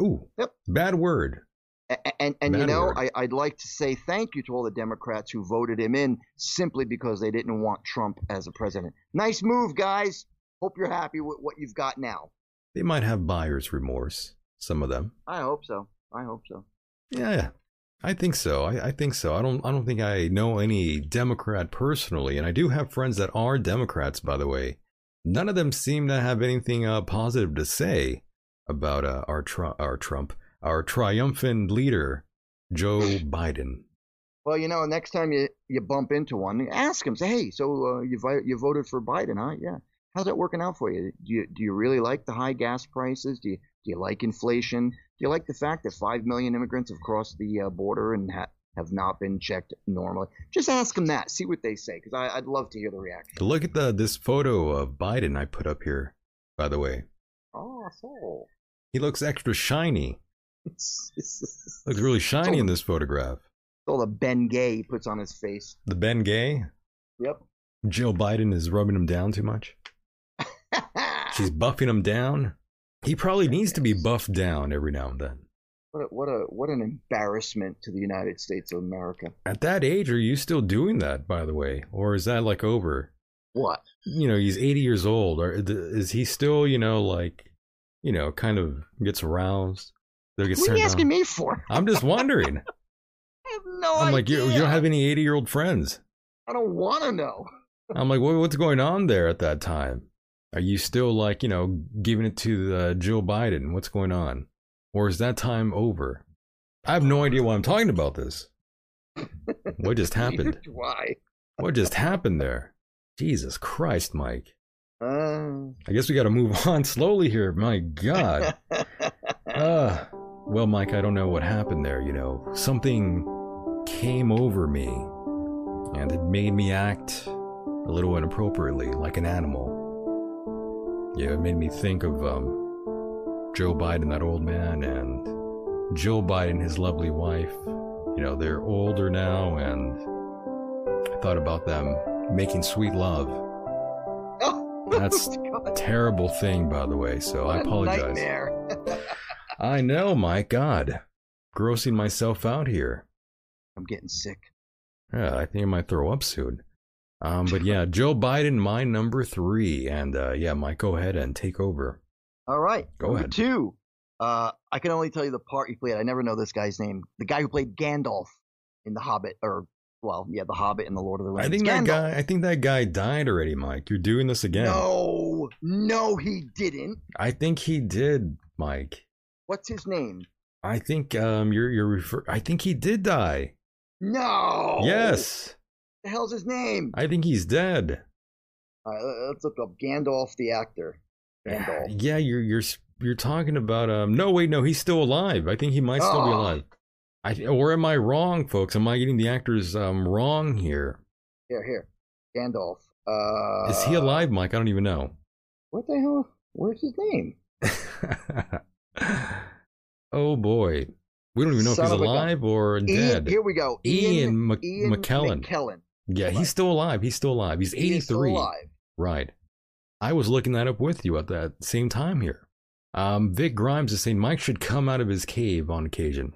Ooh, Yep. bad word. And and, and you Bad know, word. I, I'd like to say thank you to all the Democrats who voted him in simply because they didn't want Trump as a president. Nice move, guys. Hope you're happy with what you've got now. They might have buyer's remorse. Some of them. I hope so. I hope so. Yeah, I think so. I, I think so. I don't. I don't think I know any Democrat personally, and I do have friends that are Democrats, by the way. None of them seem to have anything uh, positive to say about uh, our tru- our Trump, our triumphant leader, Joe Biden. Well, you know, next time you, you bump into one, ask him. Say, hey, so uh, you vi- you voted for Biden, huh? Yeah. How's that working out for you? Do you do you really like the high gas prices? Do you do you like inflation? Do you like the fact that five million immigrants have crossed the uh, border and ha- have not been checked normally? Just ask them that. See what they say, because I'd love to hear the reaction. Look at the this photo of Biden I put up here. By the way, Oh, so. he looks extra shiny. It's, it's, it's Looks really shiny in this photograph. all the Ben Gay he puts on his face. The Ben Gay, Yep. Joe Biden is rubbing him down too much. She's buffing him down. He probably needs to be buffed down every now and then. what a, what a what an embarrassment to the United States of America. At that age, are you still doing that, by the way? Or is that like over? What? You know, he's 80 years old. Or is he still, you know, like, you know, kind of gets aroused? Or gets What are you turned asking on? me for? I'm just wondering. I have no idea. I'm like, you, you don't have any 80 year old friends. I don't want to know. I'm like, well, what's going on there at that time? Are you still like, you know, giving it to the uh, Joe Biden? What's going on? Or is that time over? I have no idea why I'm talking about this. What just happened? Why? What just happened there? Jesus Christ, Mike. Uh, I guess we got to move on slowly here. My God. Uh, well, Mike, I don't know what happened there. You know, something came over me and it made me act a little inappropriately, like an animal. Yeah, it made me think of um, Joe Biden, that old man, and Joe Biden, his lovely wife. You know, they're older now, and I thought about them making sweet love. oh, That's God, Terrible thing, by the way, so I what a apologize. Nightmare. I know, my God. Grossing myself out here. I'm getting sick. Yeah, I think I might throw up soon. Um, but yeah, Joe Biden, my number three. And uh, yeah, Mike, go ahead and take over. All right. Go number ahead. Two Uh, I can only tell you the part he played. I never know this guy's name. The guy who played Gandalf in The Hobbit, or well, yeah, The Hobbit and The Lord of the Rings. I think that Gandalf. guy. I think that guy died already, Mike. You're doing this again. No, no, he didn't. I think he did, Mike. What's his name? I think um, you're you're refer- I think he did die. No. Yes, What the hell's his name? I think he's dead. All right, let- let's look up Gandalf the actor. Gandalf. Yeah, you're you're s- you're talking about um. No, wait, no, he's still alive. I think he might still be Ah. alive. I or am I wrong, folks? Am I getting the actors um wrong here? Here, here. Gandalf. Uh, Is he alive, Mike? I don't even know. What the hell? Where's his name? oh boy, we don't even know Son if he's of a gun. alive or Ian, dead. here we go. Ian Mc- Ian McKellen. McKellen. yeah, he's still alive. He's still alive. He's He is still 83. alive. Right. I was looking that up with you at that same time here. Um, Vic Grimes is saying Mike should come out of his cave on occasion.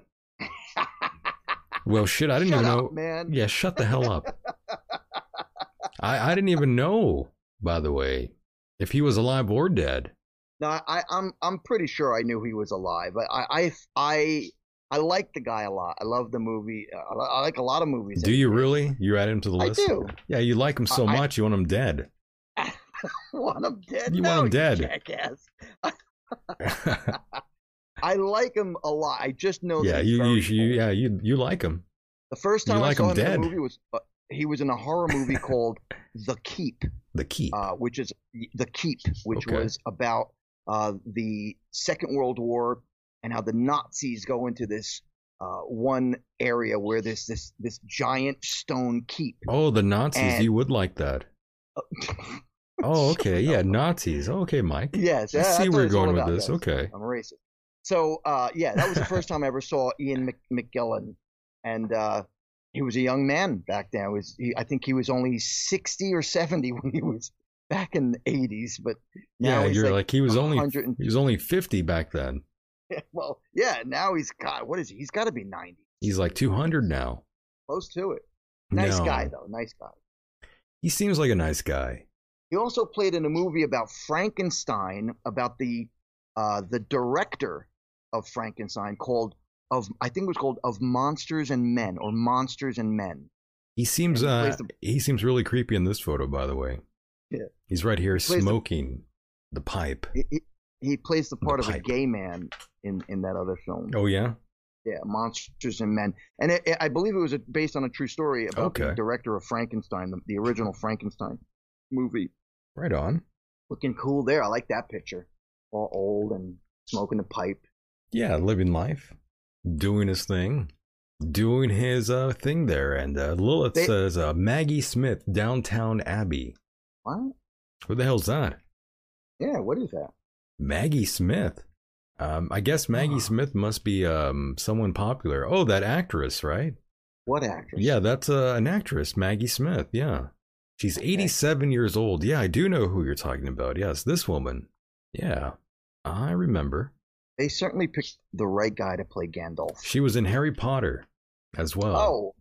well, shit, I didn't Shut even up, know. man. Yeah, shut the hell up. I, I didn't even know, by the way, if he was alive or dead. No, I, I'm I'm pretty sure I knew he was alive. I I I I like the guy a lot. I love the movie. I, li- I like a lot of movies. Do you really? You add him to the I list? do. Yeah, you like him so I- I- much, you want him dead. want him dead? You No, want him dead. Jackass. I like him a lot. I just know. yeah, that he's you, you, very you, old. yeah, you, you like him. The first you time like I saw him him, dead. in a movie was uh, he was in a horror movie called The Keep, The key. uh, which is The Keep, which Okay. was about uh, the Second World War and how the Nazis go into this uh, one area where there's this this giant stone keep. oh, the Nazis. and- you would like that. Oh, okay. Yeah, Nazis. Okay, Mike. yes, I yeah, see that's what where you're it's all going with about, this. guys. Okay. I'm a racist. So uh, yeah, that was the first time I ever saw Ian Mc- McGillan, and uh, he was a young man back then. It was he, I think he was only sixty or seventy when he was back in the eighties, but now Yeah, he's you're like, he was only 100 and- he was only 50 back then. well, yeah, now he's God. What is he? He's got to be ninety, He's like 200 now. close to it. Nice No. guy though, nice guy. He seems like a nice guy. He also played in a movie about Frankenstein, about the uh, the director of Frankenstein called of I think it was called Of Monsters and Men or Monsters and Men. He seems And he uh plays the- he seems really creepy in this photo, by the way. Yeah. He's right here plays the- smoking the pipe. He, he, he plays the part The of a pipe. gay man in, in that other film. Oh yeah. Yeah, Monsters and Men, and it, it- I believe it was a, based on a true story about Okay. the director of Frankenstein, the, the original Frankenstein movie. Right on. Looking cool there. I like that picture. All old and smoking a pipe. Yeah, living life, doing his thing, doing his uh thing there and uh Lilith They- says uh Maggie Smith Downtown Abbey. What? What the hell's that? Yeah, what is that? Maggie Smith. Um, I guess Maggie Smith must be um, someone popular. Oh, that actress, right? What actress? Yeah, that's uh, an actress, Maggie Smith. Yeah. She's 87 years old. Yeah, I do know who you're talking about. Yes, this woman. Yeah, I remember. They certainly picked the right guy to play Gandalf. She was in Harry Potter as well. Oh,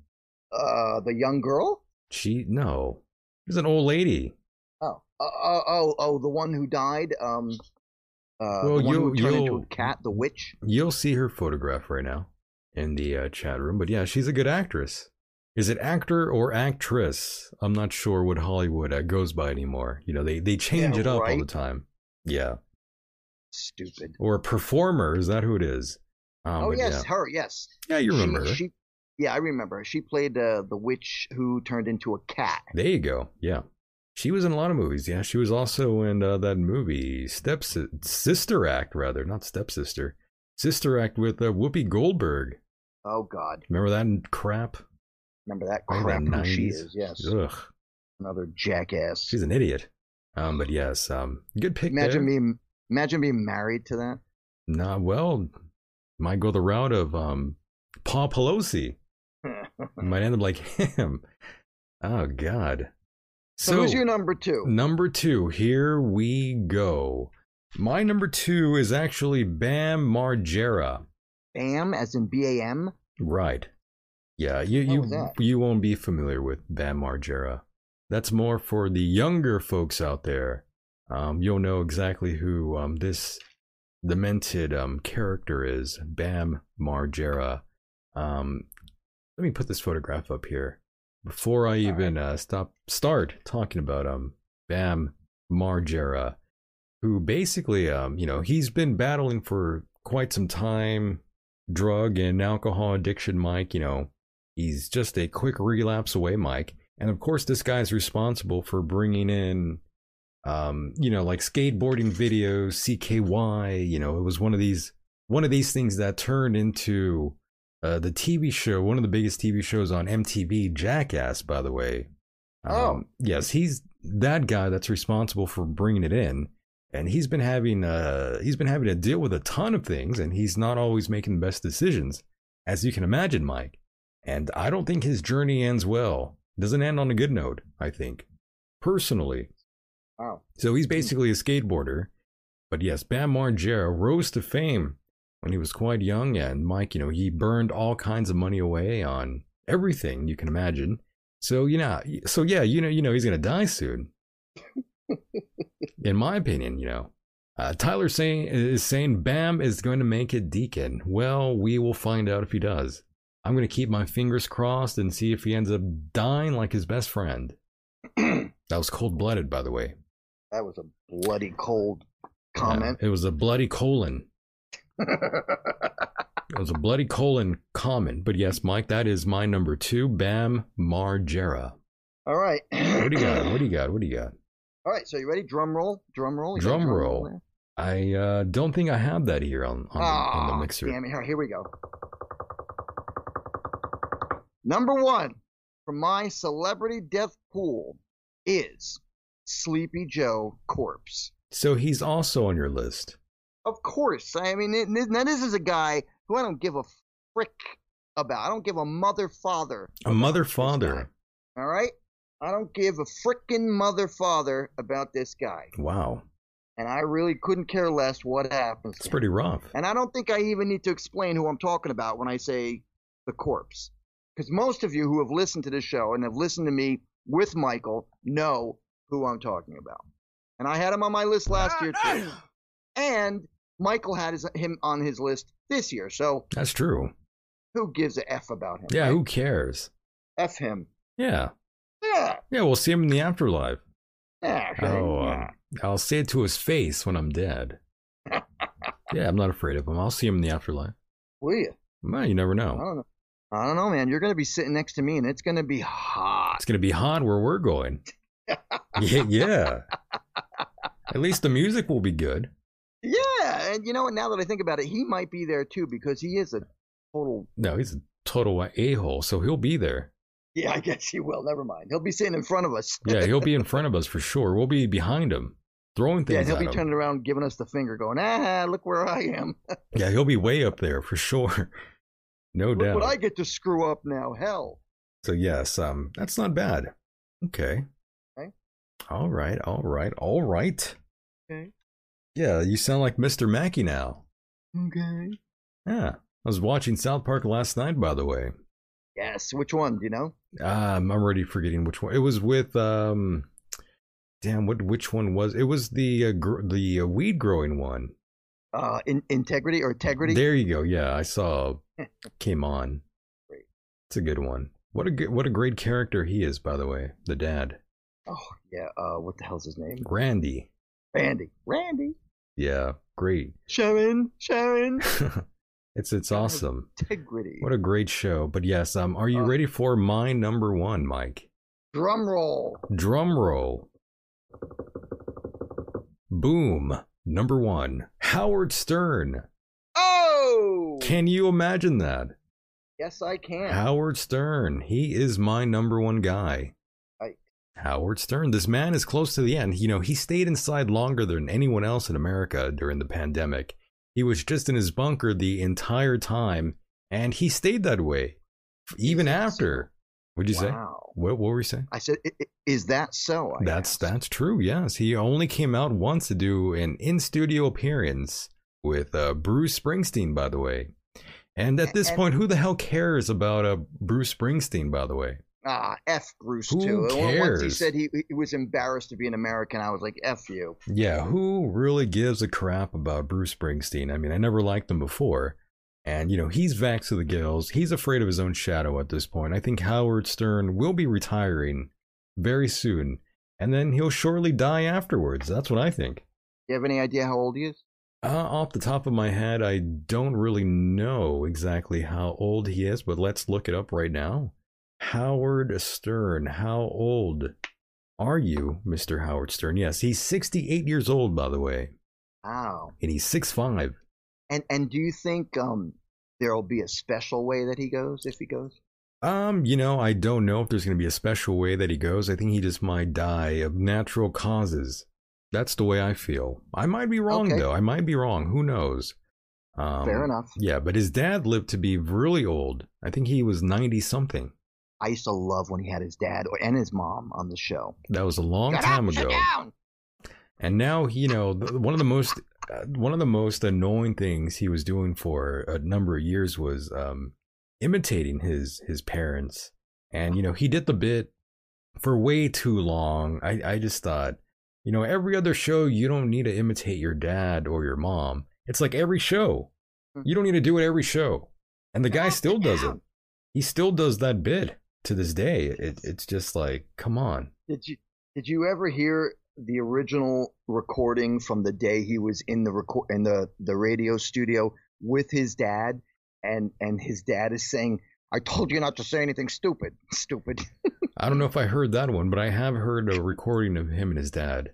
uh, the young girl? She, no. She's an old lady. Oh, oh, oh, oh, oh, the one who died. Um, uh, Well, the one you- who turned into you'll- a cat, the witch. You'll see her photograph right now in the uh, chat room. But yeah, she's a good actress. Is it actor or actress? I'm not sure what Hollywood uh, goes by anymore. You know, they, they change Yeah, it up all right. the time. Yeah. Stupid. Or performer. Is that who it is? Um, oh but yes, Yeah. her. Yes. yeah, you remember. her. She, she, yeah, I remember. her. She played uh, the witch who turned into a cat. There you go. Yeah. She was in a lot of movies. Yeah. She was also in uh, that movie, Step Sister Act, rather, not Stepsister. Sister Act with uh, Whoopi Goldberg. Oh God, Remember that crap? remember that Back in crap? the Who she 90s? is? Yes, Ugh. another jackass. She's an idiot. Um, but yes, um, good pick. imagine there. me. Imagine being married to that. Nah, well, might go the route of um, Paul Pelosi. might end up like him. Oh God. So, who's your number two? Number two, here we go. My number two is actually Bam Margera. Bam, as in B A M. Right. Yeah, you What you was that? you won't be familiar with Bam Margera. That's more for the younger folks out there. Um, you'll know exactly who um, this demented um, character is Bam Margera. Um, let me put this photograph up here before I even uh, stop start talking about um Bam Margera, who basically um you know he's been battling for quite some time drug and alcohol addiction. Mike, you know he's just a quick relapse away, Mike, and of course this guy's responsible for bringing in um, you know, like skateboarding videos, CKY, you know, it was one of these one of these things that turned into uh, the TV show, one of the biggest TV shows on MTV, Jackass, by the way. Um, Oh. yes, he's that guy that's responsible for bringing it in, and he's been having uh he's been having to deal with a ton of things, and he's not always making the best decisions, as you can imagine, Mike. And I don't think his journey ends well. Doesn't end on a good note, I think, personally. Wow. So he's basically a skateboarder. But yes, Bam Margera rose to fame when he was quite young. And Mike, you know, he burned all kinds of money away on everything you can imagine. So, you know, so yeah, you know, you know, he's going to die soon. In my opinion, you know. Uh, Tyler saying, is saying Bam is going to make it Deacon. Well, we will find out if he does. I'm going to keep my fingers crossed and see if he ends up dying like his best friend. that was cold blooded, by the way. That was a bloody cold Yeah, comment. it was a bloody colon. It was a bloody colon comment. But yes, Mike, that is my number two, Bam Margera. All right. What do you got? What do you got? What do you got? All right. So you ready? Drum roll. Drum roll. You got a Drum roll. there? I uh, don't think I have that here on, on, the, on the Ah, mixer. Damn it. Here, here we go. Number one from my celebrity death pool is Sleepy Joe Corpse. So he's also on your list. Of course. I mean, it, it- now this is a guy who I don't give a frick about. I don't give a mother father. A mother father. All right? I don't give a frickin' mother father about this guy. Wow. And I really couldn't care less what happens. It's to him. pretty rough. And I don't think I even need to explain who I'm talking about when I say the corpse. Because most of you who have listened to this show and have listened to me with Michael know who I'm talking about. And I had him on my list last year, too. And Michael had his, him on his list this year. So That's true. who gives a F about him? Yeah, right? who cares? F him. Yeah. Yeah. Yeah, we'll see him in the afterlife. Yeah. sure. Oh, um, I'll say it to his face when I'm dead. yeah, I'm not afraid of him. I'll see him in the afterlife. Will you? Well, you never I know. don't know. I don't know, man. You're gonna be sitting next to me, and it's gonna be hot. It's gonna be hot where we're going. yeah, yeah. At least the music will be good. Yeah, and you know what? Now that I think about it, he might be there too because he is a total. No, he's a total a hole, so he'll be there. Yeah, I guess he will. Never mind. He'll be sitting in front of us. Yeah, he'll be in front of us for sure. We'll be behind him, throwing Yeah, things he'll at be him. turning around, giving us the finger, going, "Ah, look where I am. Yeah, he'll be way up there for sure. No look doubt. what I get to screw up now. Hell." So yes, um, that's not bad. Okay. Okay. All right. All right. All right. Okay. Yeah, you sound like Mr. Mackey now. Okay. Yeah, I was watching South Park last night, by the way. Yes. Which one? Do you know? Um, I'm already forgetting which one. It was with um, damn, what which one was? It was the uh, gr- the uh, weed growing one. Uh, in- integrity or integrity? There you go. Yeah, I saw came on. Great. It's a good one. What a good, what a great character he is, by the way. The dad, oh yeah. Uh, what the hell's his name? Randy. Randy. Randy. Yeah, great. Sharon. Sharon. it's it's awesome. Integrity. What a great show. But yes, um, are you Uh, ready for my number one, Mike? Drum roll. Drum roll. Boom. Number one, Howard Stern. Oh! Can you imagine that? yes, I can. Howard Stern. He is my number one guy. Right. Howard Stern. This man is close to the end. You know, he stayed inside longer than anyone else in America during the pandemic. He was just in his bunker the entire time, and he stayed that way f- even after. What'd you say? Wow. What, what were you saying? I said, "I- i- "Is that so?" I That's asked. that's true. Yes, he only came out once to do an in-studio appearance with uh, Bruce Springsteen, by the way. And at this And- point, who the hell cares about uh, Bruce Springsteen, by the way? ah, f Bruce Who too. And when- Once he cares? said he, he was embarrassed to be an American, I was like, f you. Yeah, who really gives a crap about Bruce Springsteen? I mean, I never liked him before. And, you know, he's vaxxed to the gills. He's afraid of his own shadow at this point. I think Howard Stern will be retiring very soon. And then he'll surely die afterwards. That's what I think. You have any idea how old he is? Uh, off the top of my head, I don't really know exactly how old he is, but let's look it up right now. Howard Stern, how old are you, Mr. Howard Stern? Yes, he's 68 years old, by the way Wow. and he's six five. And and do you think um there'll be a special way that he goes if he goes? Um, you know, I don't know if there's going to be a special way that he goes. I think he just might die of natural causes. That's the way I feel. I might be wrong Okay. though. I might be wrong. Who knows? Um, Fair enough. Yeah, but his dad lived to be really old. I think he was ninety something. I used to love when he had his dad or, and his mom on the show. That was a long Shut time up, ago. Shut down. And now, you know, th- one of the most uh, one of the most annoying things he was doing for a number of years was um, imitating his his parents. And you know, he did the bit for way too long. I I just thought, you know, every other show you don't need to imitate your dad or your mom. It's like every show. You don't need to do it every show. And the guy still does it. He still does that bit to this day. It, it's just like, come on. Did you did you ever hear the original recording from the day he was in the record in the the radio studio with his dad and and his dad is saying I told you not to say anything stupid. Stupid. I don't know if I heard that one, but I have heard a recording of him and his dad.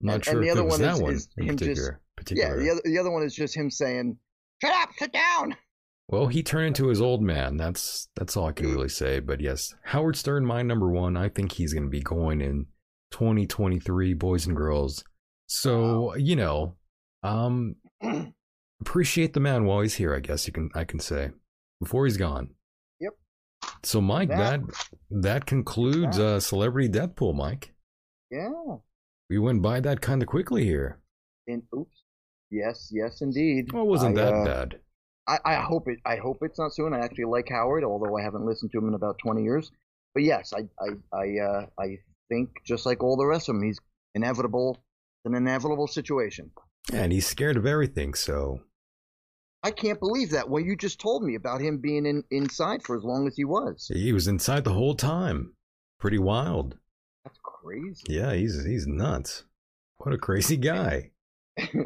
I'm not And- sure and the if it other was one that is- one is in him just- particular. yeah, particular. the other, the other one is just him saying, "Shut up, sit down." Well, he turned into his old man. That's that's all I Mm. can really say. But yes, Howard Stern, my number one. I think he's going to be going in 2023, boys and girls. So you know, um, appreciate the man while he's here. I guess you can I can say before he's gone. Yep. So Mike, that That- that, concludes uh, celebrity death pool. Mike, Yeah. we went by that kind of quickly here. And oops. Yes, yes, indeed. Well, it wasn't I, that uh, bad. I, I hope it. I hope it's not soon. I actually like Howard, although I haven't listened to him in about twenty years. But yes, I I I, uh, I think just like all the rest of them, he's inevitable. An inevitable situation. And he's scared of everything, so I can't believe that. What you just told me about him being in, inside for as long as he was. he was inside the whole time. Pretty wild. That's crazy. Yeah, he's he's nuts. What a crazy guy.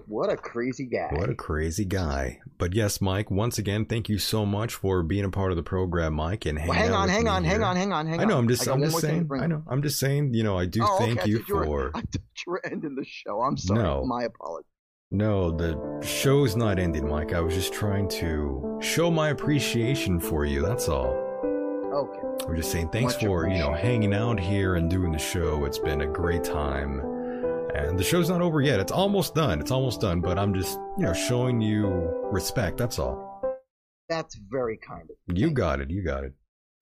what a crazy guy. What a crazy guy. But yes, Mike, once again, thank you so much for being a part of the program, Mike, and hanging Well, hang out on, with hang me on, here. hang on, hang on, hang on. I know, I'm just got I'm one just more thing to saying bring I up. know. I'm just saying, you know, I do Oh, thank okay, I you thought for were- I thought you were ending the show. I'm sorry. No. My apologies. No, the show's not ending, Mike. I was just trying to show my appreciation for you, that's all. Okay. I'm just saying thanks Much for, you know, appreciated. hanging out here and doing the show. It's been a great time. And the show's not over yet. It's almost done. It's almost done, but I'm just, you know, showing you respect. That's all. That's very kind of you. You got it. You got it.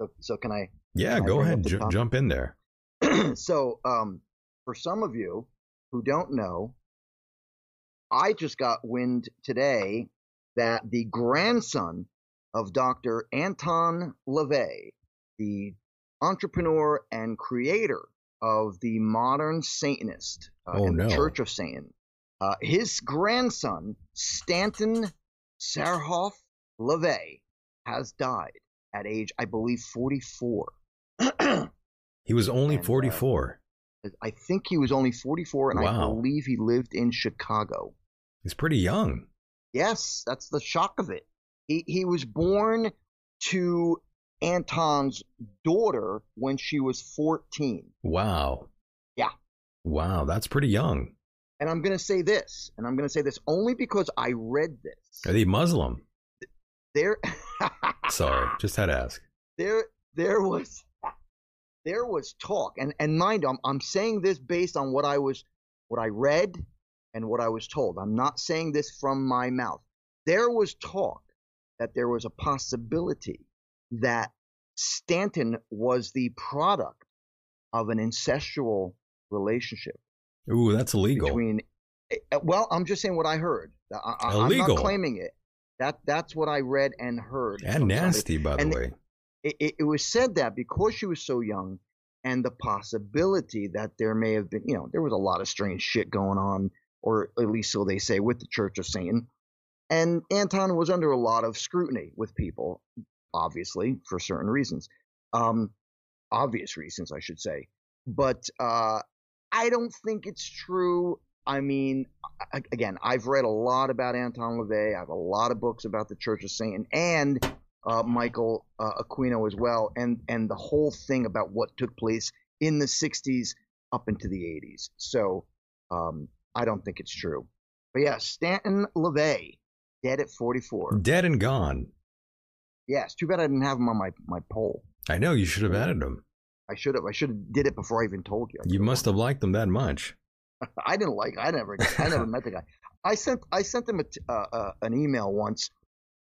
So, so can I Yeah, I go bring up ahead. the Ju- topic? jump in there. so um, for some of you who don't know, I just got wind today that the grandson of Dr. Anton LaVey, the entrepreneur and creator of the modern Satanist uh, Oh, and the no. Church of Satan, uh, his grandson, Stanton Serhoff LaVey, has died at age, I believe, 44. He was only And, uh, 44. I think he was only 44, and I Wow. believe he lived in Chicago. He's pretty young. Yes, that's the shock of it. He he was born to Anton's daughter when she was 14. Wow. Yeah. Wow, that's pretty young. And I'm going to say this, and I'm going to say this only because I read Are this. they Muslim? There Sorry, just had to ask. there there was there was talk and and mind you, I'm I'm saying this based on what I was what I read and what I was told. I'm not saying this from my mouth. There was talk that there was a possibility that Stanton was the product of an incestual relationship Ooh, that's illegal. between uh, well i'm just saying what i heard I, I, i'm Illegal. not claiming it that that's what i read and heard and from somebody. nasty, by the And- way. it, it, it was said that because she was so young and the possibility that there may have been, you know, there was a lot of strange shit going on, or at least so they say, with the Church of Satan. And Anton was under a lot of scrutiny with people, obviously, for certain reasons. Um, obvious reasons, I should say. But uh, I don't think it's true. I mean, I- again, I've read a lot about Anton LaVey. I have a lot of books about the Church of Satan and uh, Michael uh, Aquino as well, and and the whole thing about what took place in the '60s up into the '80s. So um, I don't think it's true. But yeah, Stanton LaVey, dead at 44. Dead and gone. Yes, too bad I didn't have him on my my poll. I know you should have added them. I should have. I should have did it before I even told you. You must have liked them that much. I didn't like. I never. I never met the guy. I sent. I sent him a t- uh, uh, an email once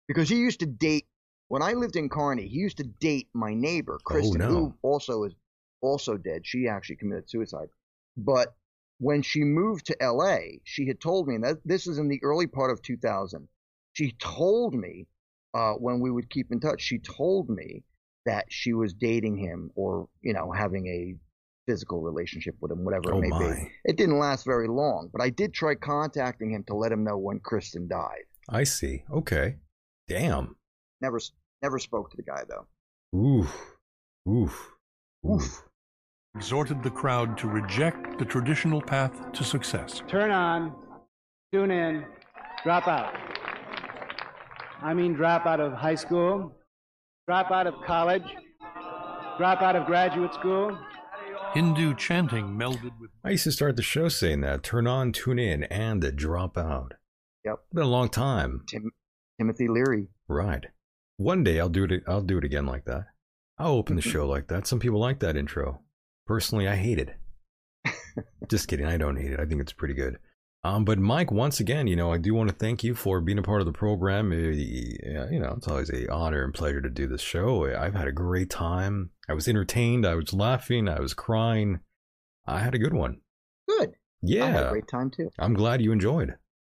because he used to date when I lived in Kearney. He used to date my neighbor Kristen, no. who also is also dead. She actually committed suicide. But when she moved to L.A., she had told me and that this is in the early part of 2000. She told me uh, when we would keep in touch. She told me that she was dating him or you know having a physical relationship with him, whatever Oh, it may my. be. It didn't last very long, but I did try contacting him to let him know when Kristen died. I see. Okay. Damn. Never, s- never spoke to the guy though. Oof. Oof. Oof. exhorted the crowd to reject the traditional path to success. Turn on, tune in, drop out. I mean, drop out of high school, drop out of college, drop out of graduate school. Hindu chanting melded with I used to start the show saying that. Turn on, tune in, and the dropout. Yep, Been a long time. Tim, Timothy Leary. Right. One day I'll do it. I'll do it again like that. I'll open Mm-hmm. the show like that. Some people like that intro. Personally, I hate it. Just kidding. I don't hate it. I think it's pretty good. Um, but Mike, once again, you know, I do want to thank you for being a part of the program. Uh, You know, it's always a honor and pleasure to do this show. I've had a great time. I was entertained. I was laughing. I was crying. I had a good one. Good. I had a Yeah, Oh, great time too. I'm glad you enjoyed.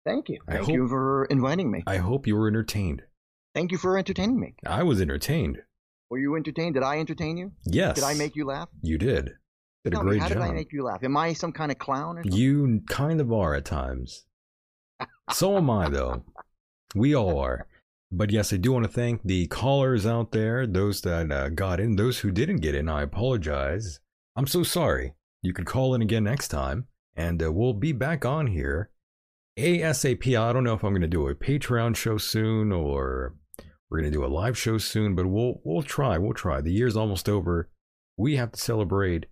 Thank you. I Thank you hope- for inviting me. I hope you were entertained. Thank you for entertaining me. I was entertained. Were you entertained? Did I entertain you? Yes. Did I make you laugh? You did. Did Tell a me, great how job. did I make you laugh? Am I some kind of clown or something? You kind of are at times. So am I, though. We all are. But yes, I do want to thank the callers out there, those that uh, got in, those who didn't get in. I apologize. I'm so sorry. You could call in again next time, and uh, we'll be back on here ASAP. I don't know if I'm going to do a Patreon show soon or we're going to do a live show soon, but we'll we'll try. We'll try. The year's almost over. We have to celebrate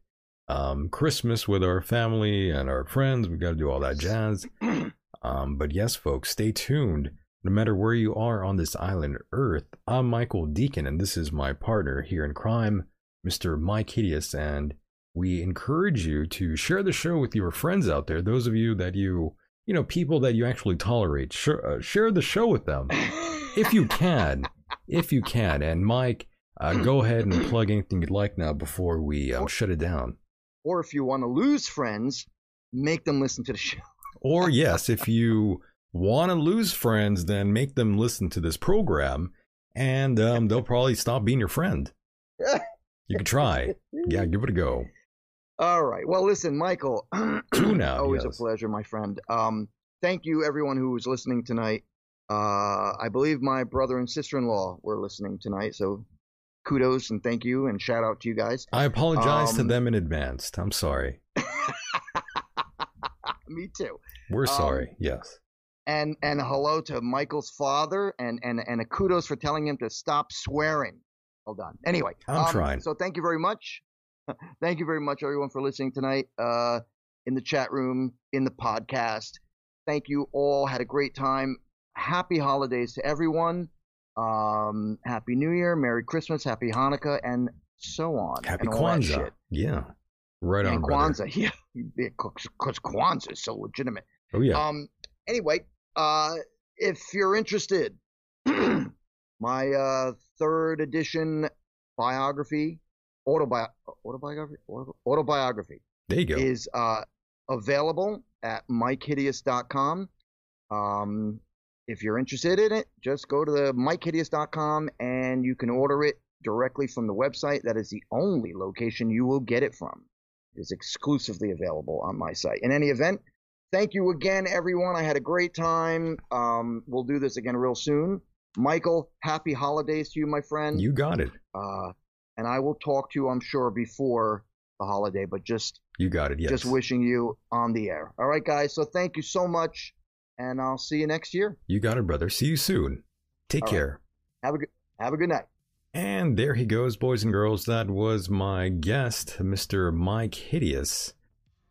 um, Christmas with our family and our friends. We've got to do all that jazz. Um, but yes, folks, stay tuned. No matter where you are on this island, Earth, I'm Michael Deacon, and this is my partner here in crime, Mr. Mike Hideous. And we encourage you to share the show with your friends out there, those of you that you, you know, people that you actually tolerate. Share, uh, share the show with them if you can. If you can. And Mike, uh, go ahead and plug anything you'd like now before we um, shut it down. Or if you want to lose friends, make them listen to the show. Or yes, if you want to lose friends, then make them listen to this program, and um, they'll probably stop being your friend. You could try. Yeah, give it a go. All right. Well, listen, Michael. Tune out, Always yes. a pleasure, my friend. Um, thank you, everyone who was listening tonight. Uh, I believe my brother and sister-in-law were listening tonight, so kudos and thank you and shout out to you guys. I apologize to Um, them in advance. I'm sorry. Me too. We're um, sorry. Yes. And and hello to Michael's father and and and a kudos for telling him to stop swearing. Well done. Anyway, um, I'm trying. So thank you very much. thank you very much, everyone, for listening tonight. Uh, in the chat room, in the podcast. Thank you all. Had a great time. Happy holidays to everyone. Um, happy New Year, Merry Christmas, Happy Hanukkah, and so on. Happy and all that Kwanzaa. shit. Yeah. Right on, and brother. Kwanzaa, yeah, because Kwanzaa is so legitimate. Oh yeah. Um. Anyway, uh, if you're interested, my uh, third edition biography, autobi- autobiography, auto- autobiography there you go. is uh, available at mikehideous.com. Um, if you're interested in it, just go to the mikehideous.com and you can order it directly from the website. That is the only location you will get it from. It is exclusively available on my site. In any event, thank you again, everyone. I had a great time. Um, we'll do this again real soon. Michael, happy holidays to you, my friend. You got it. Uh, and I will talk to you, I'm sure, before the holiday, but just You got it. Yes. just wishing you on the air. All right, guys. So thank you so much, and I'll see you next year. You got it, brother. See you soon. Take All right. care. Have a good have a good night. And there he goes, boys and girls. That was my guest, Mr. Mike Hideous.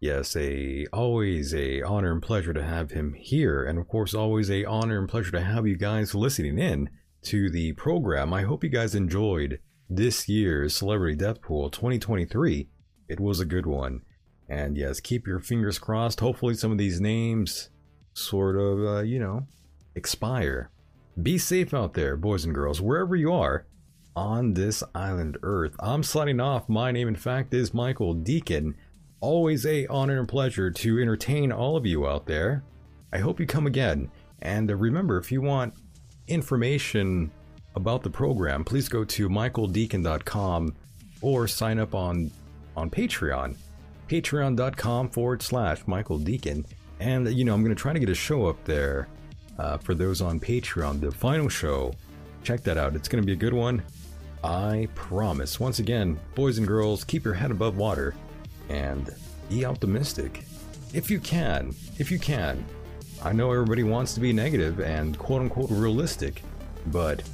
Yes, a always a honor and pleasure to have him here, and of course, always a honor and pleasure to have you guys listening in to the program. I hope you guys enjoyed this year's Celebrity Death Pool 2023. It was a good one, and yes, keep your fingers crossed. Hopefully, some of these names sort of, uh, you know, expire. Be safe out there, boys and girls, wherever you are on this island earth. I'm signing off. My name, in fact, is Michael Deacon. Always a honor and pleasure to entertain all of you out there. I hope you come again. And uh, remember, if you want information about the program, please go to michaeldeacon.com or sign up on on Patreon. Patreon.com forward slash Michael Deacon. And, you know, I'm going to try to get a show up there uh, for those on Patreon. The final show, check that out. It's going to be a good one. I promise. Once again, boys and girls, keep your head above water and be optimistic. If you can, if you can. I know everybody wants to be negative and quote unquote realistic, but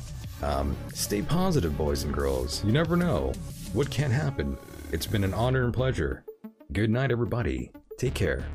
um, stay positive, boys and girls. You never know what can happen. It's been an honor and pleasure. Good night, everybody. Take care.